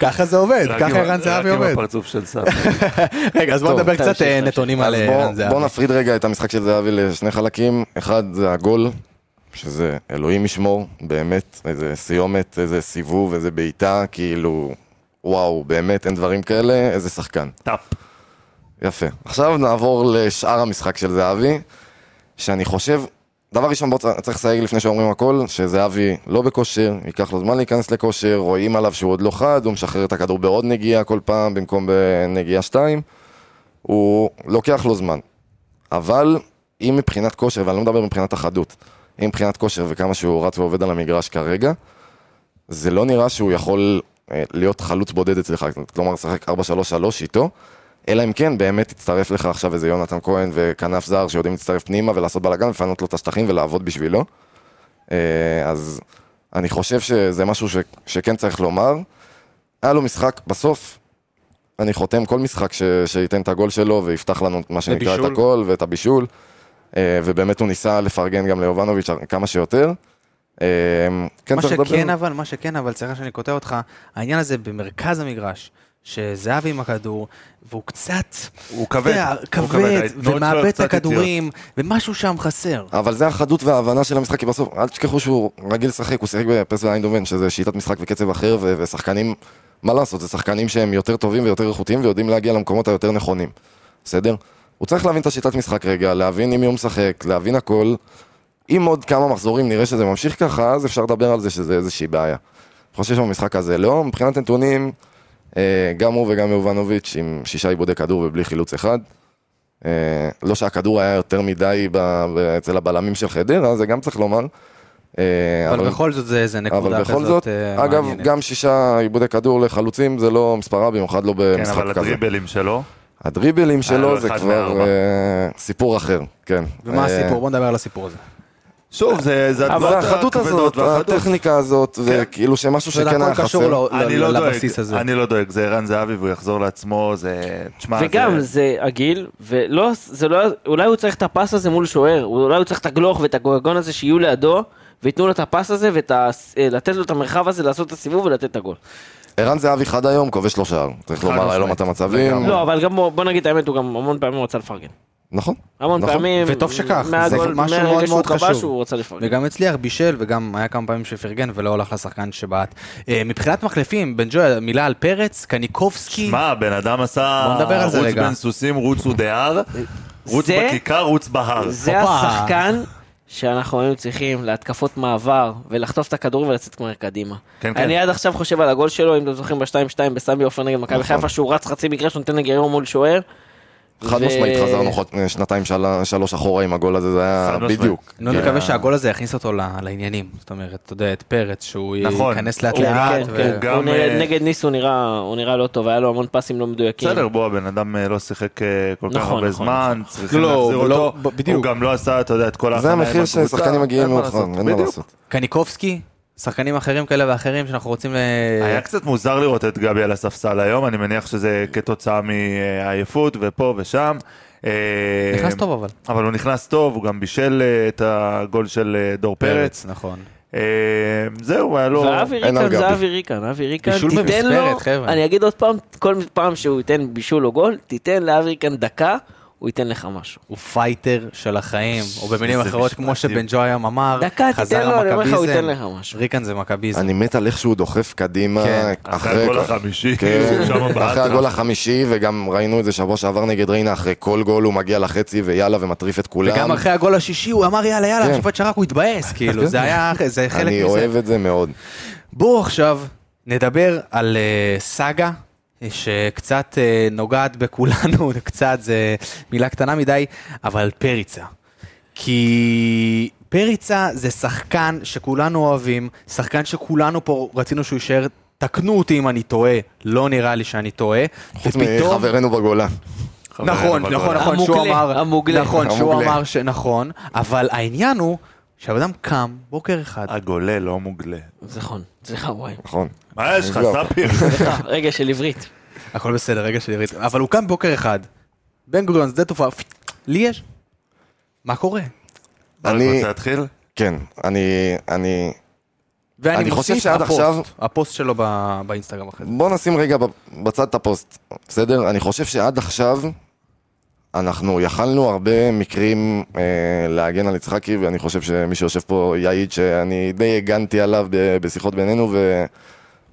Speaker 1: ככה זה עובד,
Speaker 4: רק עם
Speaker 1: ככה
Speaker 4: ה-
Speaker 1: ערן זהבי
Speaker 4: רק עם
Speaker 1: עובד.
Speaker 4: הפרצוף של סף.
Speaker 1: רגע, אז בוא
Speaker 3: טוב,
Speaker 1: נדבר
Speaker 3: אתה
Speaker 1: קצת
Speaker 3: יושב,
Speaker 1: אה,
Speaker 3: אתה
Speaker 1: נתונים על
Speaker 2: אז
Speaker 1: ערן
Speaker 2: בואו
Speaker 1: זהבי.
Speaker 2: בוא נפריד רגע את המשחק של זהבי לשני חלקים. אחד זה הגול, שזה אלוהים ישמור, באמת, איזה סיומת, איזה סיבוב, איזה בעיטה, כאילו, וואו, באמת, אין דברים כאלה, איזה שחקן.
Speaker 4: טאפ.
Speaker 2: יפה. עכשיו נעבור לשאר המשחק של זהבי, שאני חושב, דבר ראשון, בוא צ- צריך לסייג לפני שאומרים הכל, שזהבי לא בכושר, ייקח לו זמן להיכנס לכושר, רואים עליו שהוא עוד לא חד, הוא משחרר את הכדור בעוד נגיעה כל פעם במקום בנגיעה שתיים, הוא לוקח לו זמן. אבל אם מבחינת כושר, ואני לא מדבר מבחינת החדות, אם מבחינת כושר וכמה שהוא רץ ועובד על המגרש כרגע, זה לא נראה שהוא יכול אה, להיות חלוץ בודד אצלך, כלומר לשחק 4-3-3 איתו, אלא אם כן באמת יצטרף לך עכשיו איזה יונתן כהן וכנף זר שיודעים להצטרף פנימה ולעשות בלאגן, לפנות לו את השטחים ולעבוד בשבילו. אה, אז אני חושב שזה משהו ש, שכן צריך לומר. היה לו משחק, בסוף, אני חותם כל משחק ש, שייתן את הגול שלו ויפתח לנו מה שנקרא את
Speaker 1: ובישול.
Speaker 2: הגול ואת הבישול. אה, ובאמת הוא ניסה לפרגן גם ליובנוביץ' כמה שיותר. אה, כן
Speaker 1: מה
Speaker 2: צריך לדבר.
Speaker 1: שכן אבל, מה שכן אבל, סליחה שאני קוטע אותך, העניין הזה במרכז המגרש, שזהבי עם הכדור, והוא קצת,
Speaker 4: הוא
Speaker 1: אתה
Speaker 4: כבד.
Speaker 1: יודע,
Speaker 4: הוא
Speaker 1: כבד,
Speaker 4: התנועות שלו
Speaker 1: ומאבד את
Speaker 4: קצת איטיות.
Speaker 1: הכדורים, ומשהו שם חסר.
Speaker 2: אבל זה החדות וההבנה של המשחק, כי בסוף, אל תשכחו שהוא רגיל לשחק, הוא שיחק בפס ואיינדובן, שזה שיטת משחק וקצב אחר, ו- ושחקנים, מה לעשות, זה שחקנים שהם יותר טובים ויותר איכותיים ויודעים להגיע למקומות היותר נכונים, בסדר? הוא צריך להבין את השיטת משחק רגע, להבין עם מי הוא משחק, להבין הכל. אם עוד כמה מחזורים נראה שזה ממשיך ככה, אז אפשר לדבר על זה שזה איזושהי בעיה. אני חושב שבמשחק הזה לא, מבחינת נתונים, אה, גם הוא וגם יובנוביץ' עם שישה עיבודי כדור ובלי חילוץ אחד. אה, לא שהכדור היה יותר מדי ב- ב- אצל הבלמים של חדרה, זה גם צריך לומר. אה,
Speaker 1: אבל בכל זאת זה זה
Speaker 2: אבל
Speaker 1: נקודה
Speaker 2: בכל זאת,
Speaker 1: כזאת אה, מעניינת.
Speaker 2: אגב, גם שישה עיבודי כדור לחלוצים זה לא מספרה, במיוחד לא
Speaker 4: כן,
Speaker 2: במשחק
Speaker 4: אבל
Speaker 2: כזה.
Speaker 4: הדריבלים שלו.
Speaker 2: הדריבלים
Speaker 4: לו
Speaker 2: שלו זה
Speaker 4: אחד
Speaker 2: כבר
Speaker 4: מארבע.
Speaker 2: אה, סיפור אחר, כן.
Speaker 1: ומה
Speaker 2: אה,
Speaker 1: הסיפור? בוא נדבר על הסיפור הזה.
Speaker 4: שוב, זה... זה
Speaker 2: זה
Speaker 4: התנועות
Speaker 2: החדות הזאת,
Speaker 4: הכבדות והחדות.
Speaker 2: הטכניקה הזאת,
Speaker 4: כן.
Speaker 2: וכאילו שמשהו
Speaker 1: אתה יודע,
Speaker 2: שכן היה
Speaker 1: הכל קשור
Speaker 2: חסר.
Speaker 1: לו-
Speaker 4: אני
Speaker 1: ל-
Speaker 4: לא דואג,
Speaker 1: לבסיס הזה.
Speaker 4: אני לא דואג, זה ערן זהבי והוא יחזור לעצמו, זה... תשמע,
Speaker 3: וגם זה הגיל, ולא, זה לא, אולי הוא צריך את הפס הזה מול שוער, אולי הוא צריך את הגלוך ואת הגורגון הזה שיהיו לידו, וייתנו לו את הפס הזה, ולתת לו את המרחב הזה לעשות את הסיבוב ולתת את הגול.
Speaker 2: ערן זהבי חד היום, כובש לו שער. צריך
Speaker 4: חד
Speaker 2: לומר, היה לו
Speaker 4: משמעית.
Speaker 2: מטה מצבים.
Speaker 3: לא, אבל גם בוא בוא נגיד את האמת, הוא גם המון פעמים רצה לפרגן.
Speaker 2: נכון.
Speaker 3: המון
Speaker 2: נכון.
Speaker 3: פעמים,
Speaker 1: וטוב שכך, זה משהו
Speaker 3: מהגול, מהרגע
Speaker 1: מאוד
Speaker 3: שהוא
Speaker 1: מאוד
Speaker 3: כבש
Speaker 1: חשוב.
Speaker 3: הוא רצה לפרגן.
Speaker 1: וגם הצליח, בישל, וגם היה כמה פעמים שפרגן ולא הלך לשחקן שבעט. אה, מבחינת מחליפים, בן ג'וי, מילה על פרץ, קניקובסקי.
Speaker 4: שמע, הבן אדם עשה...
Speaker 1: בוא נדבר על זה
Speaker 4: רוץ
Speaker 1: רגע.
Speaker 4: בין סוסים, רוץ ודייר, רוץ
Speaker 3: זה-
Speaker 4: בכיכר, רוץ בהר.
Speaker 3: זה
Speaker 1: הופה.
Speaker 3: השחקן שאנחנו היינו צריכים להתקפות מעבר ולחטוף את הכדור ולצאת כבר קדימה.
Speaker 4: כן, כן.
Speaker 3: אני עד עכשיו חושב על הגול שלו, אם אתם זוכרים ב-2-2 בסמי עופר נגד מכבי
Speaker 2: נכון.
Speaker 3: חיפה, שהוא רץ חצי מגרש, נותן לגרירו מול שוער.
Speaker 2: חד
Speaker 3: ו-
Speaker 2: משמעית חזרנו חוד- שנתיים, של- שלוש אחורה עם הגול הזה, זה היה
Speaker 4: חד משמעית.
Speaker 2: בדיוק.
Speaker 1: נו, לא
Speaker 3: כן.
Speaker 1: נקווה שהגול הזה יכניס אותו ל- לעניינים. זאת אומרת, אתה יודע, את פרץ, שהוא
Speaker 4: נכון.
Speaker 1: ייכנס לאט
Speaker 4: הוא
Speaker 1: לאט.
Speaker 4: גם-
Speaker 1: ו-
Speaker 4: כן.
Speaker 3: הוא
Speaker 4: אה,
Speaker 3: נראה- נגד ניס הוא נראה- הוא נראה לא טוב, היה לו המון פסים לא מדויקים.
Speaker 4: בסדר, בוא, הבן אדם אה, לא שיחק אה, כל כך
Speaker 3: נכון,
Speaker 4: הרבה
Speaker 3: נכון,
Speaker 4: זמן, צריכים
Speaker 1: לא,
Speaker 4: להחזיר
Speaker 1: הוא לא-
Speaker 4: אותו.
Speaker 1: ב- בדיוק.
Speaker 4: הוא גם לא עשה, אתה יודע, את כל
Speaker 2: זה
Speaker 4: ההכנה עם
Speaker 2: המחיר
Speaker 4: הקבוצה,
Speaker 2: ששחקנים מגיעים
Speaker 4: אין מה
Speaker 2: מאוחר,
Speaker 4: לעשות.
Speaker 2: אין מה
Speaker 4: בדיוק.
Speaker 2: לעשות.
Speaker 1: קניקובסקי, שחקנים אחרים כאלה ואחרים שאנחנו רוצים ל...
Speaker 4: היה קצת מוזר לראות את גבי על הספסל היום, אני מניח שזה כתוצאה מעייפות ופה ושם. אה,
Speaker 1: נכנס טוב אבל.
Speaker 4: אבל הוא נכנס טוב, הוא גם בישל אה, את הגול של אה, דור פרץ.
Speaker 1: נכון.
Speaker 4: אה, זהו, היה לו...
Speaker 3: ואבי
Speaker 2: אין על
Speaker 3: ריקן זה
Speaker 2: גבי.
Speaker 3: אבי ריקן, אבי ריקן,
Speaker 1: לא- בישול
Speaker 3: תיתן לו,
Speaker 1: במספרת, חבר'ה.
Speaker 3: אני אגיד עוד פעם, כל פעם שהוא ייתן בישול או גול, תיתן לאבי ריקן דקה, הוא ייתן לך משהו.
Speaker 1: הוא פייטר של החיים, או במילים
Speaker 4: איזה
Speaker 1: אחרות,
Speaker 4: משפטים.
Speaker 1: כמו שבן ג'ויים אמר,
Speaker 3: דקה,
Speaker 1: חזר
Speaker 3: תיתן לו, אני אומר לך, הוא
Speaker 1: המכביזם.
Speaker 3: ייתן לך משהו.
Speaker 1: ריקן זה מכביזם.
Speaker 2: אני מת על איך שהוא דוחף קדימה.
Speaker 1: כן.
Speaker 4: אחרי הגול
Speaker 2: כל-
Speaker 4: החמישי,
Speaker 2: כן,
Speaker 4: הוא שם בעט.
Speaker 2: אחרי הגול החמישי, וגם ראינו את זה שבוע שעבר נגד ריינה, אחרי כל גול הוא מגיע לחצי ויאללה ומטריף את כולם.
Speaker 1: וגם אחרי הגול השישי הוא אמר יאללה יאללה,
Speaker 2: כן.
Speaker 1: השופט שרק הוא התבאס, כאילו, זה היה, זה חלק מזה.
Speaker 2: אני אוהב את זה מאוד.
Speaker 1: בואו עכשיו נדבר על אה, סאגה, אה, שקצת אה, נוגעת בכולנו, קצת, זה מילה קטנה מדי, אבל פריצה. כי פריצה זה שחקן שכולנו אוהבים, שחקן שכולנו פה רצינו שהוא יישאר, תקנו אותי אם אני טועה, לא נראה לי שאני טועה.
Speaker 2: חוץ מחברנו בגולה.
Speaker 4: חברנו
Speaker 1: נכון,
Speaker 4: בגול.
Speaker 1: נכון, נכון, שהוא
Speaker 3: המוגלה,
Speaker 1: אמר,
Speaker 3: המוגלה.
Speaker 1: נכון, שהוא
Speaker 2: המוגלה.
Speaker 1: אמר שנכון, אבל העניין הוא שהבן אדם קם בוקר אחד,
Speaker 4: הגולה לא מוגלה.
Speaker 3: נכון, סליחה, וואי.
Speaker 2: נכון.
Speaker 4: מה יש לך,
Speaker 2: עזוב.
Speaker 4: ספיר?
Speaker 3: סליחה, רגע של עברית.
Speaker 1: הכל בסדר, רגע של עברית. אבל הוא קם בוקר אחד, בן גוריון, שדה תעופה, פ- לי יש. מה קורה?
Speaker 4: אני
Speaker 2: אני,
Speaker 4: רוצה להתחיל?
Speaker 2: כן, אני, אני,
Speaker 1: ואני
Speaker 2: אני חושב
Speaker 1: מוסיף
Speaker 2: שעד
Speaker 1: הפוסט,
Speaker 2: עכשיו-
Speaker 1: הפוסט שלו ב- באינסטגרם אחרי זה.
Speaker 2: בוא נשים רגע ב- בצד את הפוסט, בסדר? אני חושב שעד עכשיו אנחנו יכלנו הרבה מקרים אה, להגן על יצחקי, ואני חושב שמי שיושב פה יעיד שאני די הגנתי עליו ב- בשיחות בינינו, ו...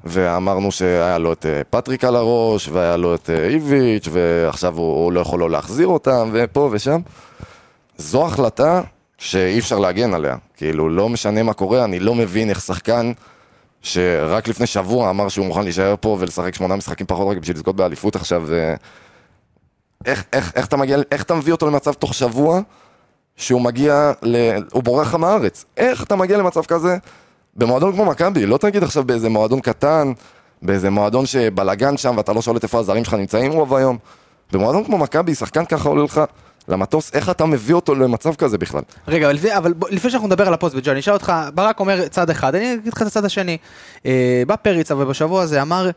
Speaker 2: ואמרנו שהיה לו את אה, פטריק על הראש, והיה לו את אה, איביץ', ועכשיו הוא, הוא לא יכול לא להחזיר אותם, ופה ושם. זו החלטה שאי אפשר להגן עליה. כאילו, לא משנה מה קורה, אני לא מבין איך שחקן שרק לפני שבוע אמר שהוא מוכן להישאר פה ולשחק שמונה משחקים פחות רק בשביל לזכות באליפות עכשיו. ו... איך, איך, איך, אתה מגיע, איך אתה מביא אותו למצב תוך שבוע שהוא מגיע, ל... הוא בורח לך מהארץ? איך אתה מגיע למצב כזה במועדון כמו מכבי? לא תגיד עכשיו באיזה מועדון קטן, באיזה מועדון שבלאגן שם ואתה לא שולט איפה הזרים שלך נמצאים רוב היום. במועדון כמו מכבי, שחקן ככה עולה לך למטוס, איך אתה מביא אותו למצב כזה בכלל?
Speaker 1: רגע, אבל לפני- אבל בוא- לפני שאנחנו נדבר על הפוסט בג'ו, אני אשאל אותך, ברק אומר צד אחד, אני אגיד לך את הצד השני. אה, בא פריצה ובשבוע הזה אמר,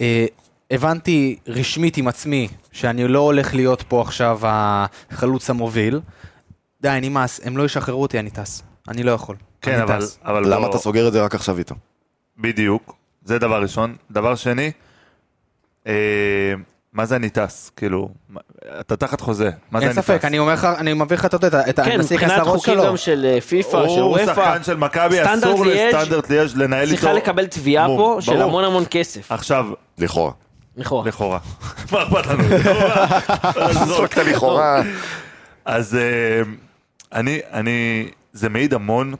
Speaker 1: אה, הבנתי רשמית עם עצמי שאני לא הולך להיות פה עכשיו החלוץ המוביל. די, נמאס, הם לא ישחררו אותי, אני טס. אני לא יכול.
Speaker 4: כן,
Speaker 1: אני
Speaker 4: אבל...
Speaker 1: טס.
Speaker 4: אבל
Speaker 2: למה
Speaker 4: בוא-
Speaker 2: אתה סוגר את זה רק עכשיו איתו?
Speaker 4: בדיוק, זה דבר ראשון. דבר שני, אה, מה זה אני טס? כאילו, מה- אתה תחת חוזה, מה זה
Speaker 1: אין
Speaker 4: אני טס?
Speaker 1: ספק, אני אומר לך, אני מביא לך את ה... את ה- אני
Speaker 3: כן,
Speaker 1: מנסה להיכנס
Speaker 3: מבחינת
Speaker 1: לראש
Speaker 3: חוקים
Speaker 1: שלו.
Speaker 3: גם של אה, פיפא, של
Speaker 4: הוא
Speaker 3: וופא,
Speaker 4: שחקן של מכבי,
Speaker 3: סטנדרט
Speaker 4: אסור
Speaker 3: ליאז'
Speaker 4: לסטנדרט ליאז' לנהל איתו...
Speaker 3: צריכה לקבל תביעה
Speaker 4: מום,
Speaker 3: פה של
Speaker 4: ברור. נכון,
Speaker 3: המון המון כסף. נכון.
Speaker 4: עכשיו,
Speaker 2: לכאורה.
Speaker 3: לכאורה.
Speaker 4: לכאורה. מה אכפת לנו? לכאורה. לא,
Speaker 2: זרקת לכאורה.
Speaker 4: אז אה, אני, אני, זה מעיד המון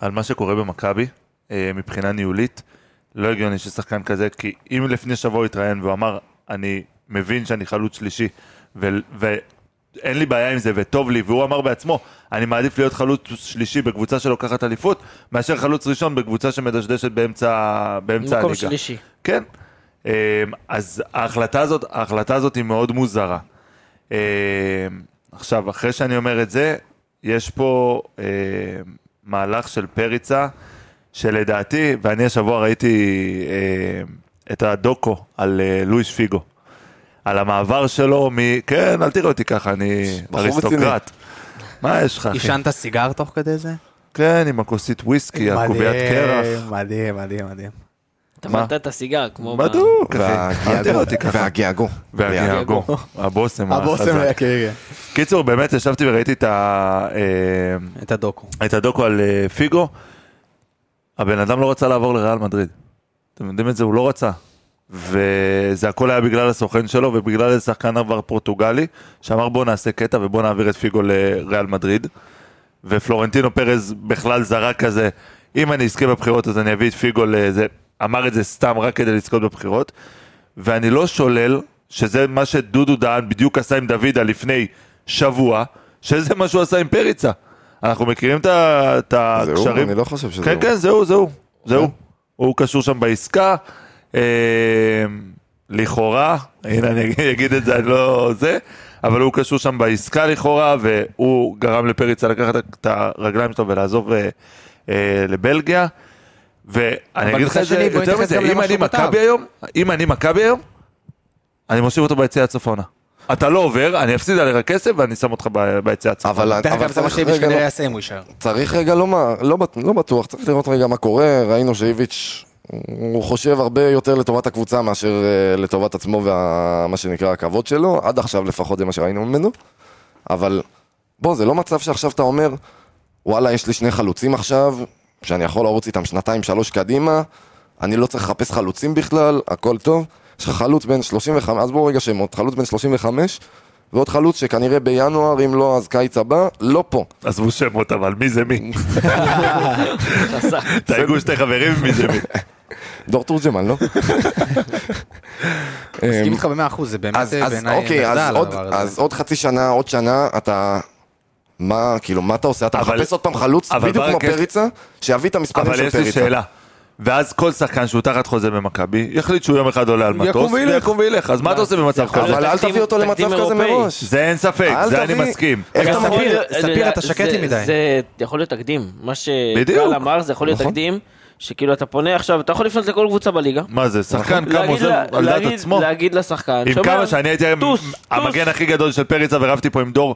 Speaker 4: על מה שקורה במכבי אה, מבחינה ניהולית. לא הגיוני ששחקן כזה, כי אם לפני שבוע הוא התראיין והוא אמר, אני מבין שאני חלוץ שלישי, ו, ואין לי בעיה עם זה, וטוב לי, והוא אמר בעצמו, אני מעדיף להיות חלוץ שלישי בקבוצה שלוקחת אליפות, מאשר חלוץ ראשון בקבוצה שמדשדשת באמצע, באמצע הליגה.
Speaker 3: במקום שלישי.
Speaker 4: כן. אמ, אז ההחלטה הזאת, ההחלטה הזאת היא מאוד מוזרה. אמ, עכשיו, אחרי שאני אומר את זה, יש פה אמ, מהלך של פריצה, שלדעתי, ואני השבוע ראיתי אמ, את הדוקו על אה, לואיש פיגו, על המעבר שלו מ... כן, אל תראה אותי ככה, אני
Speaker 2: בחור
Speaker 4: אריסטוקרט. מה יש לך, אחי?
Speaker 1: עישנת סיגר תוך כדי זה?
Speaker 4: כן, עם הכוסית וויסקי, הקוביית קרח.
Speaker 1: מדהים, מדהים, מדהים.
Speaker 3: אתה
Speaker 4: מה?
Speaker 3: מנת את הסיגר, כמו... ב-
Speaker 4: בדוק, אחי. אל תראה
Speaker 2: והגיאגו,
Speaker 4: אותי ככה.
Speaker 2: והגיאגו.
Speaker 4: והגיאגו, הבושם החזק.
Speaker 1: כן,
Speaker 4: קיצור, באמת ישבתי וראיתי את, ה... אה,
Speaker 1: כן. את הדוקו.
Speaker 4: את הדוקו על אה, פיגו. הבן אדם לא רצה לעבור לריאל מדריד. אתם יודעים את זה, הוא לא רצה. וזה הכל היה בגלל הסוכן שלו ובגלל איזה שחקן עבר פורטוגלי, שאמר בוא נעשה קטע ובוא נעביר את פיגו לריאל מדריד. ופלורנטינו פרז בכלל זרק כזה, אם אני אזכה בבחירות אז אני אביא את פיגו לזה, אמר את זה סתם רק כדי לזכות בבחירות. ואני לא שולל שזה מה שדודו דהן בדיוק עשה עם דוידה לפני שבוע, שזה מה שהוא עשה עם פריצה. אנחנו מכירים את ה- את
Speaker 2: זה
Speaker 4: הקשרים.
Speaker 2: הוא? אני לא חושב אוקיי. שזה
Speaker 4: כן,
Speaker 2: הוא.
Speaker 4: כן, זהו, זהו, זהו. הוא קשור שם בעסקה. אה, לכאורה, הנה אני אגיד- אגיד את זה, אני לא זה, אבל הוא קשור שם בעסקה לכאורה, והוא גרם לפריצה לקחת את הרגליים שלו ולעזוב אה, אה, לבלגיה. ואני
Speaker 1: אבל
Speaker 4: אגיד לך
Speaker 1: מצד
Speaker 4: את זה
Speaker 1: שני, בוא
Speaker 4: יותר
Speaker 1: נתייחס
Speaker 4: מזה,
Speaker 1: גם
Speaker 4: אם
Speaker 1: למה
Speaker 4: אני
Speaker 1: שהוא כתב.
Speaker 4: מכבי היום, אם אני מכבי היום, אני מושיב אותו ביציע הצפונה. אתה לא עובר, אני אפסיד עליך כסף ואני שם אותך ב- ביציאה הצפה.
Speaker 2: אבל
Speaker 1: דרך
Speaker 2: אבל
Speaker 1: אגב, זה מה
Speaker 2: צריך
Speaker 1: שאיביץ'
Speaker 2: רגע
Speaker 1: כנראה
Speaker 2: לא-
Speaker 1: יעשה אם הוא יישאר.
Speaker 2: צריך רגע לומר, לא, בט- לא בטוח, צריך לראות רגע מה קורה, ראינו שאיביץ' הוא חושב הרבה יותר לטובת הקבוצה מאשר uh, לטובת עצמו ומה שנקרא הכבוד שלו, עד עכשיו לפחות זה מה שראינו ממנו, אבל בוא, זה לא מצב שעכשיו אתה אומר, וואלה, יש לי שני חלוצים עכשיו, שאני יכול לרוץ איתם שנתיים, שלוש קדימה, אני לא צריך לחפש חלוצים בכלל, הכל טוב, יש לך חלוץ בן 35, אז בואו רגע שמות, חלוץ בן 35, ועוד חלוץ שכנראה בינואר, אם לא אז קיץ הבא, לא פה.
Speaker 4: עזבו שמות, אבל מי זה מי? תהגו שתי חברים, מי זה מי?
Speaker 2: דור תורג'מן, לא? אמ,
Speaker 1: מסכים איתך במאה אחוז, זה באמת אה,
Speaker 2: אז, אז
Speaker 1: בעיניי
Speaker 2: אוקיי, אז,
Speaker 1: מחדל
Speaker 2: עוד,
Speaker 1: הדבר הזה.
Speaker 2: אז עוד חצי שנה, עוד שנה, אתה... מה, כאילו, מה אתה עושה? אתה
Speaker 4: אבל-
Speaker 2: מחפש עוד פעם חלוץ,
Speaker 4: אבל
Speaker 2: בדיוק כמו
Speaker 4: ברק, יש-
Speaker 2: פריצה, שיביא את המספרים
Speaker 4: אבל
Speaker 2: של
Speaker 4: יש לי
Speaker 2: פריצה.
Speaker 4: שאלה. ואז כל שחקן שהוא תחת חוזה במכבי, יחליט שהוא יום אחד עולה על מטוס,
Speaker 1: יקום וילך.
Speaker 4: ויקום וילך, אז מה אתה עושה במצב כזה?
Speaker 2: אבל אל
Speaker 3: תקדים-
Speaker 2: תביא אותו
Speaker 3: תקדים
Speaker 2: למצב כזה
Speaker 3: אירופאי.
Speaker 2: מראש.
Speaker 4: זה אין ספק,
Speaker 2: אל
Speaker 4: זה אני
Speaker 2: תביא-
Speaker 4: מסכים.
Speaker 2: איך אתה
Speaker 3: רגע,
Speaker 2: מביא...
Speaker 1: ספיר,
Speaker 3: זה-
Speaker 1: ספיר,
Speaker 3: זה-
Speaker 1: אתה שקט
Speaker 3: זה-
Speaker 1: לי מדי.
Speaker 3: זה יכול להיות תקדים. מה
Speaker 4: בדיוק.
Speaker 3: שגל אמר, זה יכול להיות
Speaker 2: נכון.
Speaker 3: תקדים, שכאילו אתה פונה עכשיו, אתה יכול לפנות לכל קבוצה בליגה.
Speaker 4: מה זה,
Speaker 1: נכון.
Speaker 4: שחקן כמה
Speaker 3: להגיד
Speaker 4: עוזב
Speaker 3: לה-
Speaker 4: על דעת
Speaker 3: להגיד-
Speaker 4: עצמו?
Speaker 3: להגיד לשחקן,
Speaker 4: עם
Speaker 3: שומע,
Speaker 4: כמה שאני הייתי
Speaker 3: טוס,
Speaker 4: המגן
Speaker 3: טוס.
Speaker 4: הכי גדול של פריצה ורבתי פה עם דור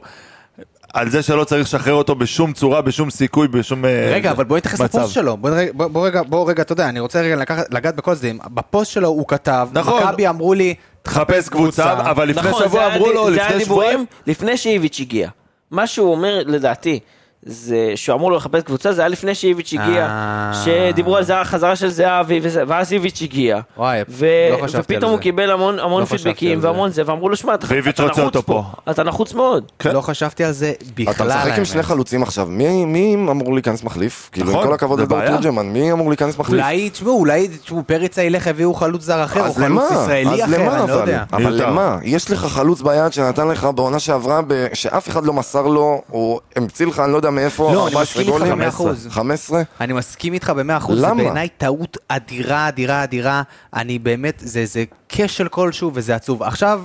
Speaker 4: על זה שלא צריך לשחרר אותו בשום צורה, בשום סיכוי, בשום אה,
Speaker 1: רגע, אבל בוא נתייחס
Speaker 4: מצב.
Speaker 1: לפוסט שלו. בוא נראה- בוא- בוא רגע, בוא רגע, אתה יודע, אני רוצה רגע לקחת- לגעת בכל הצדדים. בפוסט שלו הוא כתב,
Speaker 4: נכון.
Speaker 1: מכבי אמרו לי,
Speaker 4: חפש קבוצה, אבל לפני
Speaker 3: נכון, זה
Speaker 4: שבוע
Speaker 3: היה
Speaker 4: אמרו
Speaker 3: די-
Speaker 4: לו,
Speaker 3: זה
Speaker 4: לפני
Speaker 3: היה
Speaker 4: שבועיים,
Speaker 3: דיבורים לפני שאיביץ' הגיע. מה שהוא אומר, לדעתי, זה שהוא אמור לו לחפש קבוצה, זה היה לפני שאיביץ' הגיע,
Speaker 1: אה.
Speaker 3: שדיברו על זה, החזרה של זהבי, וזה- ואז איביץ' הגיע.
Speaker 1: וואי,
Speaker 3: ו-
Speaker 1: לא חשבתי על
Speaker 3: ופתאום
Speaker 1: זה.
Speaker 3: הוא קיבל המון המון
Speaker 1: לא חשבתי
Speaker 3: פידבקים
Speaker 1: על זה.
Speaker 3: והמון זה, ואמרו לו, שמע, אתה
Speaker 4: ואיביץ'
Speaker 3: אתה
Speaker 4: רוצה
Speaker 3: נחוץ
Speaker 4: אותו
Speaker 3: פה, אתה נחוץ מאוד.
Speaker 1: לא חשבתי על זה בכלל.
Speaker 2: כן. אתה משחק עם
Speaker 1: האמת.
Speaker 2: שני חלוצים עכשיו, מי, מי אמור להיכנס מחליף? כאילו, עם
Speaker 4: נכון,
Speaker 2: כל הכבוד
Speaker 4: זה
Speaker 2: לדור
Speaker 4: בעיה.
Speaker 2: תורג'מן, מי אמור להיכנס מחליף?
Speaker 1: אולי, תשמעו, אולי, תשמעו, פריצה ילך, הביאו חלוץ זר אחר, או
Speaker 2: אז
Speaker 1: חלוץ
Speaker 2: למה? אז
Speaker 1: ישראלי
Speaker 2: למה
Speaker 1: אחר, אני לא
Speaker 2: אבל?
Speaker 1: יודע.
Speaker 2: אבל
Speaker 4: מיותר.
Speaker 2: למה? יש לך חלוץ ביד שנתן לך בעונה שעברה, ב- שאף אחד לא מסר לו, הוא המציא לך, אני לא יודע מאיפה,
Speaker 1: לא, אני
Speaker 2: 14
Speaker 1: מסכים איתך
Speaker 2: גולים,
Speaker 1: במאה אחוז.
Speaker 2: 15?
Speaker 1: אני מסכים איתך במאה אחוז, זה
Speaker 2: למה?
Speaker 1: בעיניי טעות אדירה, אדירה, אדירה. אני באמת, זה, זה כשל כלשהו וזה עצוב. עכשיו,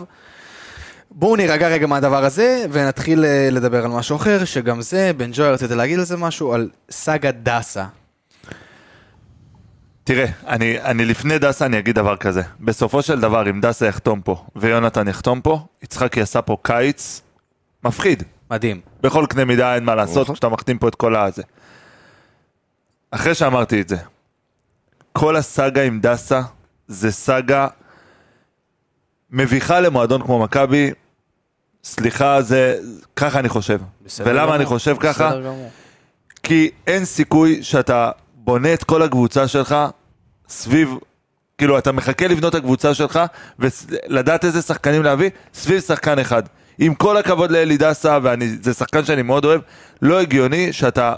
Speaker 1: בואו נירגע רגע מהדבר הזה, ונתחיל אה, לדבר על משהו אחר, שגם זה, בן ג'וי רצית להגיד על זה משהו, על סאגה דסה.
Speaker 4: תראה, אני, אני לפני דסה אני אגיד דבר כזה. בסופו של דבר, אם דסה יחתום פה ויונתן יחתום פה, יצחקי עשה פה קיץ מפחיד.
Speaker 1: מדהים.
Speaker 4: בכל קנה מידה אין מה לעשות,
Speaker 2: נכון.
Speaker 4: כשאתה מחתים פה את כל הזה. אחרי שאמרתי את זה, כל הסאגה עם דסה זה סאגה מביכה למועדון כמו מכבי. סליחה, זה... ככה אני חושב. ולמה אני חושב ככה? כי אין סיכוי שאתה בונה את כל הקבוצה שלך סביב, כאילו אתה מחכה לבנות את הקבוצה שלך ולדעת איזה שחקנים להביא סביב שחקן אחד. עם כל הכבוד לאלי דסה, וזה שחקן שאני מאוד אוהב, לא הגיוני שאתה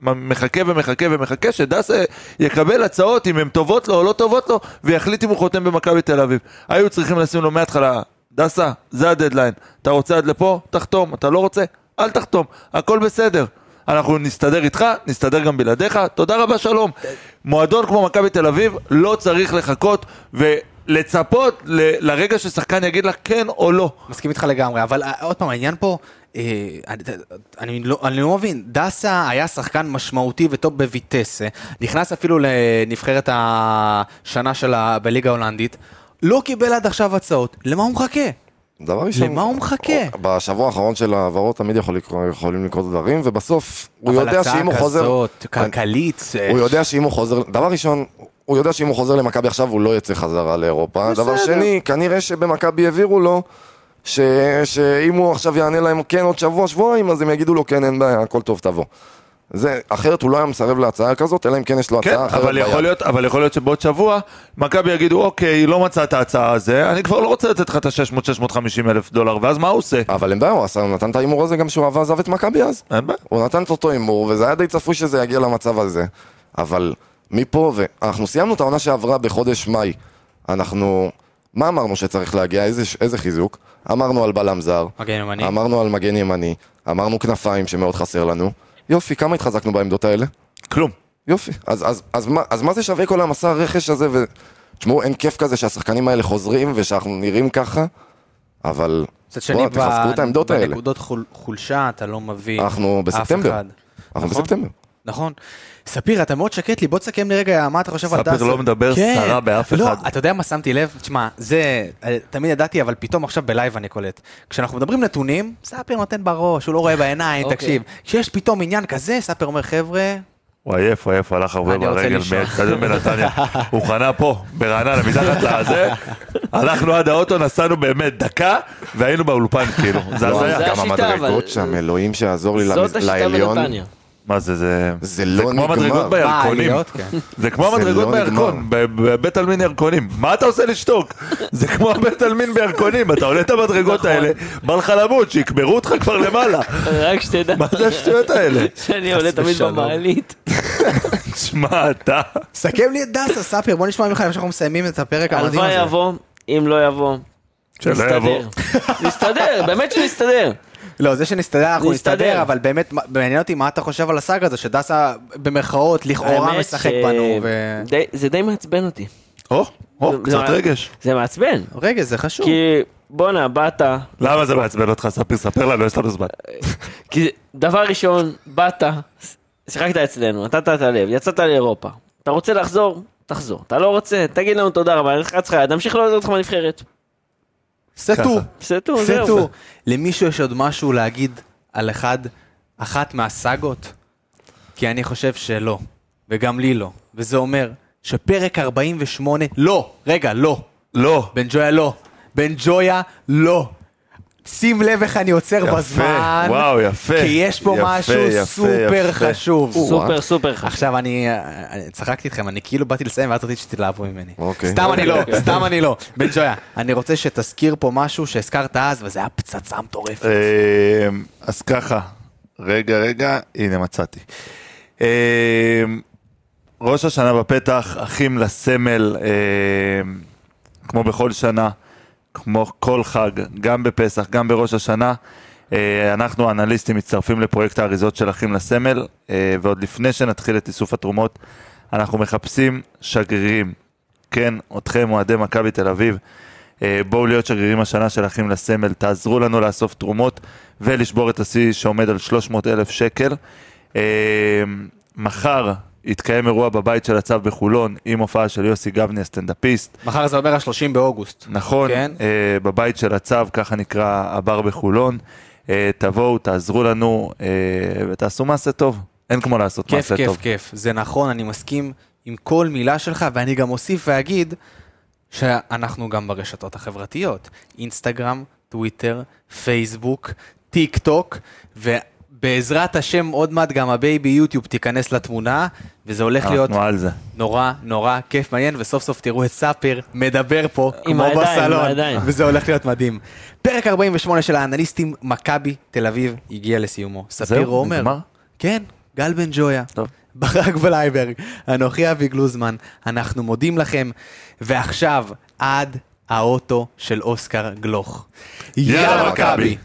Speaker 4: מחכה ומחכה ומחכה שדסה יקבל הצעות אם הן טובות לו או לא טובות לו, ויחליט אם הוא חותם במכבי תל אביב. היו צריכים לשים לו מההתחלה, דסה, זה הדדליין. אתה רוצה עד לפה? תחתום. אתה לא רוצה? אל תחתום. הכל בסדר. אנחנו נסתדר איתך, נסתדר גם בלעדיך, תודה רבה, שלום. מועדון כמו מכבי תל אביב לא צריך לחכות ולצפות ל- לרגע ששחקן יגיד לך כן או לא.
Speaker 1: מסכים איתך לגמרי, אבל אה, עוד פעם, העניין פה, אה, אני, אני, לא, אני לא מבין, דסה היה שחקן משמעותי וטוב בויטסה, נכנס אפילו לנבחרת השנה שלה בליגה ההולנדית, לא קיבל עד עכשיו הצעות, למה הוא מחכה?
Speaker 2: דבר ראשון,
Speaker 1: למה הוא מחכה?
Speaker 2: בשבוע האחרון של ההעברות תמיד יכול לקרות- יכולים לקרות דברים, ובסוף הוא יודע שאם הוא חוזר...
Speaker 1: אבל הצעה כזאת, כלכלית, אה,
Speaker 2: הוא יודע שאם הוא חוזר, דבר ראשון, הוא יודע שאם הוא חוזר למכבי עכשיו הוא לא יצא חזרה לאירופה. דבר שני, כנראה שבמכבי העבירו לו, ש, שאם הוא עכשיו יענה להם כן עוד שבוע, שבועיים, אז הם יגידו לו כן, אין בעיה, הכל טוב, תבוא. זה, אחרת הוא לא היה מסרב להצעה כזאת, אלא אם כן יש לו
Speaker 4: כן,
Speaker 2: הצעה אחרת
Speaker 4: אבל יכול, להיות, אבל יכול להיות שבעוד שבוע מכבי יגידו, אוקיי, לא מצא את ההצעה הזה, אני כבר לא רוצה לתת לך את ה-600-650 אלף דולר, ואז מה הוא עושה?
Speaker 2: אבל אין בעיה, הוא עשה- הוא נתן את ההימור הזה גם שהוא עזב את מכבי אז.
Speaker 4: אין בעיה.
Speaker 2: הוא נתן את אותו הימור, וזה היה די צפוי שזה יגיע למצב הזה. אבל מפה, ואנחנו סיימנו את העונה שעברה בחודש מאי. אנחנו... מה אמרנו שצריך להגיע? איזה, איזה חיזוק? אמרנו על בלם זר.
Speaker 1: מגן ימני.
Speaker 2: אמרנו על מגן ימני. אמרנו כנפיים שמאוד חסר לנו. יופי, כמה התחזקנו בעמדות האלה?
Speaker 4: כלום.
Speaker 2: יופי. אז, אז, אז, מה, אז מה זה שווה כל המסע הרכש הזה? ו... תשמעו, אין כיף כזה שהשחקנים האלה חוזרים ושאנחנו נראים ככה, אבל...
Speaker 1: מצד שני,
Speaker 2: בוא'נה, תחזקו
Speaker 1: ב-
Speaker 2: את העמדות האלה.
Speaker 1: בנקודות חול- חולשה אתה לא מביא
Speaker 2: אנחנו
Speaker 1: אף
Speaker 2: בספטמבר.
Speaker 1: אחד.
Speaker 2: אנחנו
Speaker 1: נכון?
Speaker 2: בספטמבר.
Speaker 1: נכון. ספיר, אתה מאוד שקט לי, בוא תסכם לי רגע מה אתה חושב על
Speaker 4: ספיר
Speaker 1: דסה.
Speaker 4: לא מדבר סרה באף
Speaker 1: לא,
Speaker 4: אחד.
Speaker 1: אתה יודע מה שמתי לב? תשמע, זה, אה, תמיד ידעתי, אבל פתאום עכשיו בלייב אני קולט. כשאנחנו מדברים נתונים, ספיר נותן בראש, הוא לא רואה בעיניים,
Speaker 3: אוקיי.
Speaker 1: תקשיב. כשיש פתאום עניין כזה, ספיר אומר, חבר'ה,
Speaker 4: הוא עייף, הוא עייף, הוא הלך הרבה
Speaker 1: אני רוצה
Speaker 4: ברגל
Speaker 1: לישון.
Speaker 4: מהאצטדיון בנתניה. הוא חנה פה, ברעננה, מתחת לזה. הלכנו עד האוטו, נסענו באמת דקה, והיינו באולפן, כאילו. זה
Speaker 2: לא,
Speaker 4: הזיה.
Speaker 3: זה
Speaker 2: גם
Speaker 3: השיטה, אבל-
Speaker 2: המדרגות שם, אלוהים שיעזור לי
Speaker 3: זאת
Speaker 2: למז-
Speaker 3: השיטה
Speaker 2: לעליון.
Speaker 3: בנתניה.
Speaker 4: מה זה, זה...
Speaker 2: זה לא
Speaker 4: זה כמו
Speaker 2: נגמר.
Speaker 4: המדרגות
Speaker 1: מה,
Speaker 4: בירקונים.
Speaker 1: עליות? כן.
Speaker 4: זה כמו
Speaker 2: זה
Speaker 4: המדרגות
Speaker 2: לא
Speaker 4: בירקון, ב- בבית עלמין ירקונים. מה אתה עושה לשתוק? זה כמו הבית עלמין בירקונים, אתה עולה את המדרגות
Speaker 1: נכון.
Speaker 4: האלה, בא לך למות, שיקברו אותך כבר למעלה.
Speaker 3: רק שתדע
Speaker 4: מה זה השטויות האלה?
Speaker 3: שאני עולה תמיד
Speaker 1: ושלום.
Speaker 3: במעלית.
Speaker 4: שמע, אתה...
Speaker 1: סכם לי את דסה, ספיר, בוא נשמע ממך, לפני שאנחנו מסיימים את הפרק המדהים
Speaker 3: הלוואי
Speaker 1: הזה.
Speaker 3: יבוא, אם לא יבוא.
Speaker 4: שלא יבוא.
Speaker 3: נסתדר. נסתדר, באמת שנסתדר.
Speaker 1: לא, זה שנסתדר, אנחנו
Speaker 3: נסתדר.
Speaker 1: נסתדר, אבל באמת, מה- מעניין אותי מה אתה חושב על הסאגה הזו, שדסה, במרכאות, לכאורה
Speaker 3: האמת
Speaker 1: משחק
Speaker 3: ש-
Speaker 1: בנו, ו...
Speaker 3: די- זה די מעצבן אותי.
Speaker 4: או, או,
Speaker 1: לא,
Speaker 3: זה-
Speaker 4: קצת
Speaker 1: אה,
Speaker 3: זה-
Speaker 4: רגש.
Speaker 3: זה מעצבן.
Speaker 1: רגע, זה חשוב.
Speaker 3: כי בואנה, באת,
Speaker 4: למה זה מעצבן אותך, ספיר? ספר לנו, יש לנו זמן.
Speaker 3: כי זה- דבר ראשון, באת, ש- שיחקת אצלנו, נתת את הלב, יצאת לאירופה. אתה רוצה לחזור? תחזור. אתה לא רוצה? תגיד לנו תודה רבה, אני אלחץ לך יד, נמשיך לעודד אותך בנבחרת.
Speaker 1: סטו.
Speaker 4: ככה.
Speaker 3: סטו, זהו.
Speaker 1: סטו. למישהו יש עוד משהו להגיד על אחד, אחת מהסאגות? כי אני חושב שלא, וגם לי לא. וזה אומר שפרק 48, לא, רגע, לא.
Speaker 4: לא.
Speaker 1: בן ג'ויה לא. בן ג'ויה לא. שים לב איך אני עוצר
Speaker 4: יפה,
Speaker 1: בזמן.
Speaker 4: וואו, יפה.
Speaker 1: כי יש פה
Speaker 4: יפה,
Speaker 1: משהו
Speaker 4: יפה,
Speaker 1: סופר
Speaker 4: יפה.
Speaker 1: חשוב.
Speaker 3: סופר סופר חשוב.
Speaker 1: עכשיו אני, אני צחקתי איתכם, אני כאילו באתי לסיים ואז רציתי שתתלהבו ממני.
Speaker 2: אוקיי.
Speaker 1: סתם אני לא, סתם אני לא. בן ג'ויה, אני רוצה שתזכיר פה משהו שהזכרת אז, וזה היה פצצה מטורפת.
Speaker 4: אמ, אז ככה, רגע, רגע, הנה מצאתי. אמ, ראש השנה בפתח, אחים לסמל, אמ, כמו בכל שנה, כמו כל חג, גם בפסח, גם בראש השנה. אה, אנחנו האנליסטים מצטרפים לפרויקט האריזות של אחים לסמל, אה, ועוד לפני שנתחיל את איסוף התרומות, אנחנו מחפשים שגרירים. כן, אתכם, אוהדי מכבי תל אביב, אה, בואו להיות שגרירים השנה של אחים לסמל, תעזרו לנו לאסוף תרומות ולשבור את השיא שעומד על 300 אלף שקל. אה, מחר יתקיים אירוע בבית של הצו בחולון עם הופעה של יוסי גבני הסטנדאפיסט.
Speaker 1: מחר זה אומר ה-30 באוגוסט.
Speaker 4: נכון,
Speaker 1: כן.
Speaker 4: כן? אה, בבית של הצו, ככה נקרא הבר בחולון. אה, תבואו, תעזרו לנו אה, ותעשו מעשה טוב. אין כמו לעשות
Speaker 1: כיף,
Speaker 4: מעשה
Speaker 1: כיף,
Speaker 4: טוב.
Speaker 1: כיף. זה נכון, אני מסכים עם כל מילה שלך, ואני גם אוסיף ואגיד שאנחנו גם ברשתות החברתיות. אינסטגרם, טוויטר, פייסבוק, טיק טוק, ובעזרת השם עוד מעט גם הבייבי יוטיוב תיכנס לתמונה, וזה הולך להיות
Speaker 4: אנחנו על זה.
Speaker 1: נורא נורא כיף מעניין, וסוף סוף תראו את ספיר מדבר פה,
Speaker 3: עם
Speaker 1: כמו
Speaker 3: הידיים, עם
Speaker 1: בסלון,
Speaker 3: הידיים.
Speaker 1: וזה הולך להיות מדהים. פרק 48 של האנליסטים, מכבי תל אביב, הגיע לסיומו. ספיר
Speaker 4: זהו,
Speaker 1: עומר.
Speaker 4: נגמר?
Speaker 1: כן, גל בן ג'ויה.
Speaker 4: טוב.
Speaker 1: ברק ולייברג, אנוכי אבי גלוזמן, אנחנו מודים לכם, ועכשיו עד האוטו של אוסקר גלוך.
Speaker 4: יאללה, מכבי.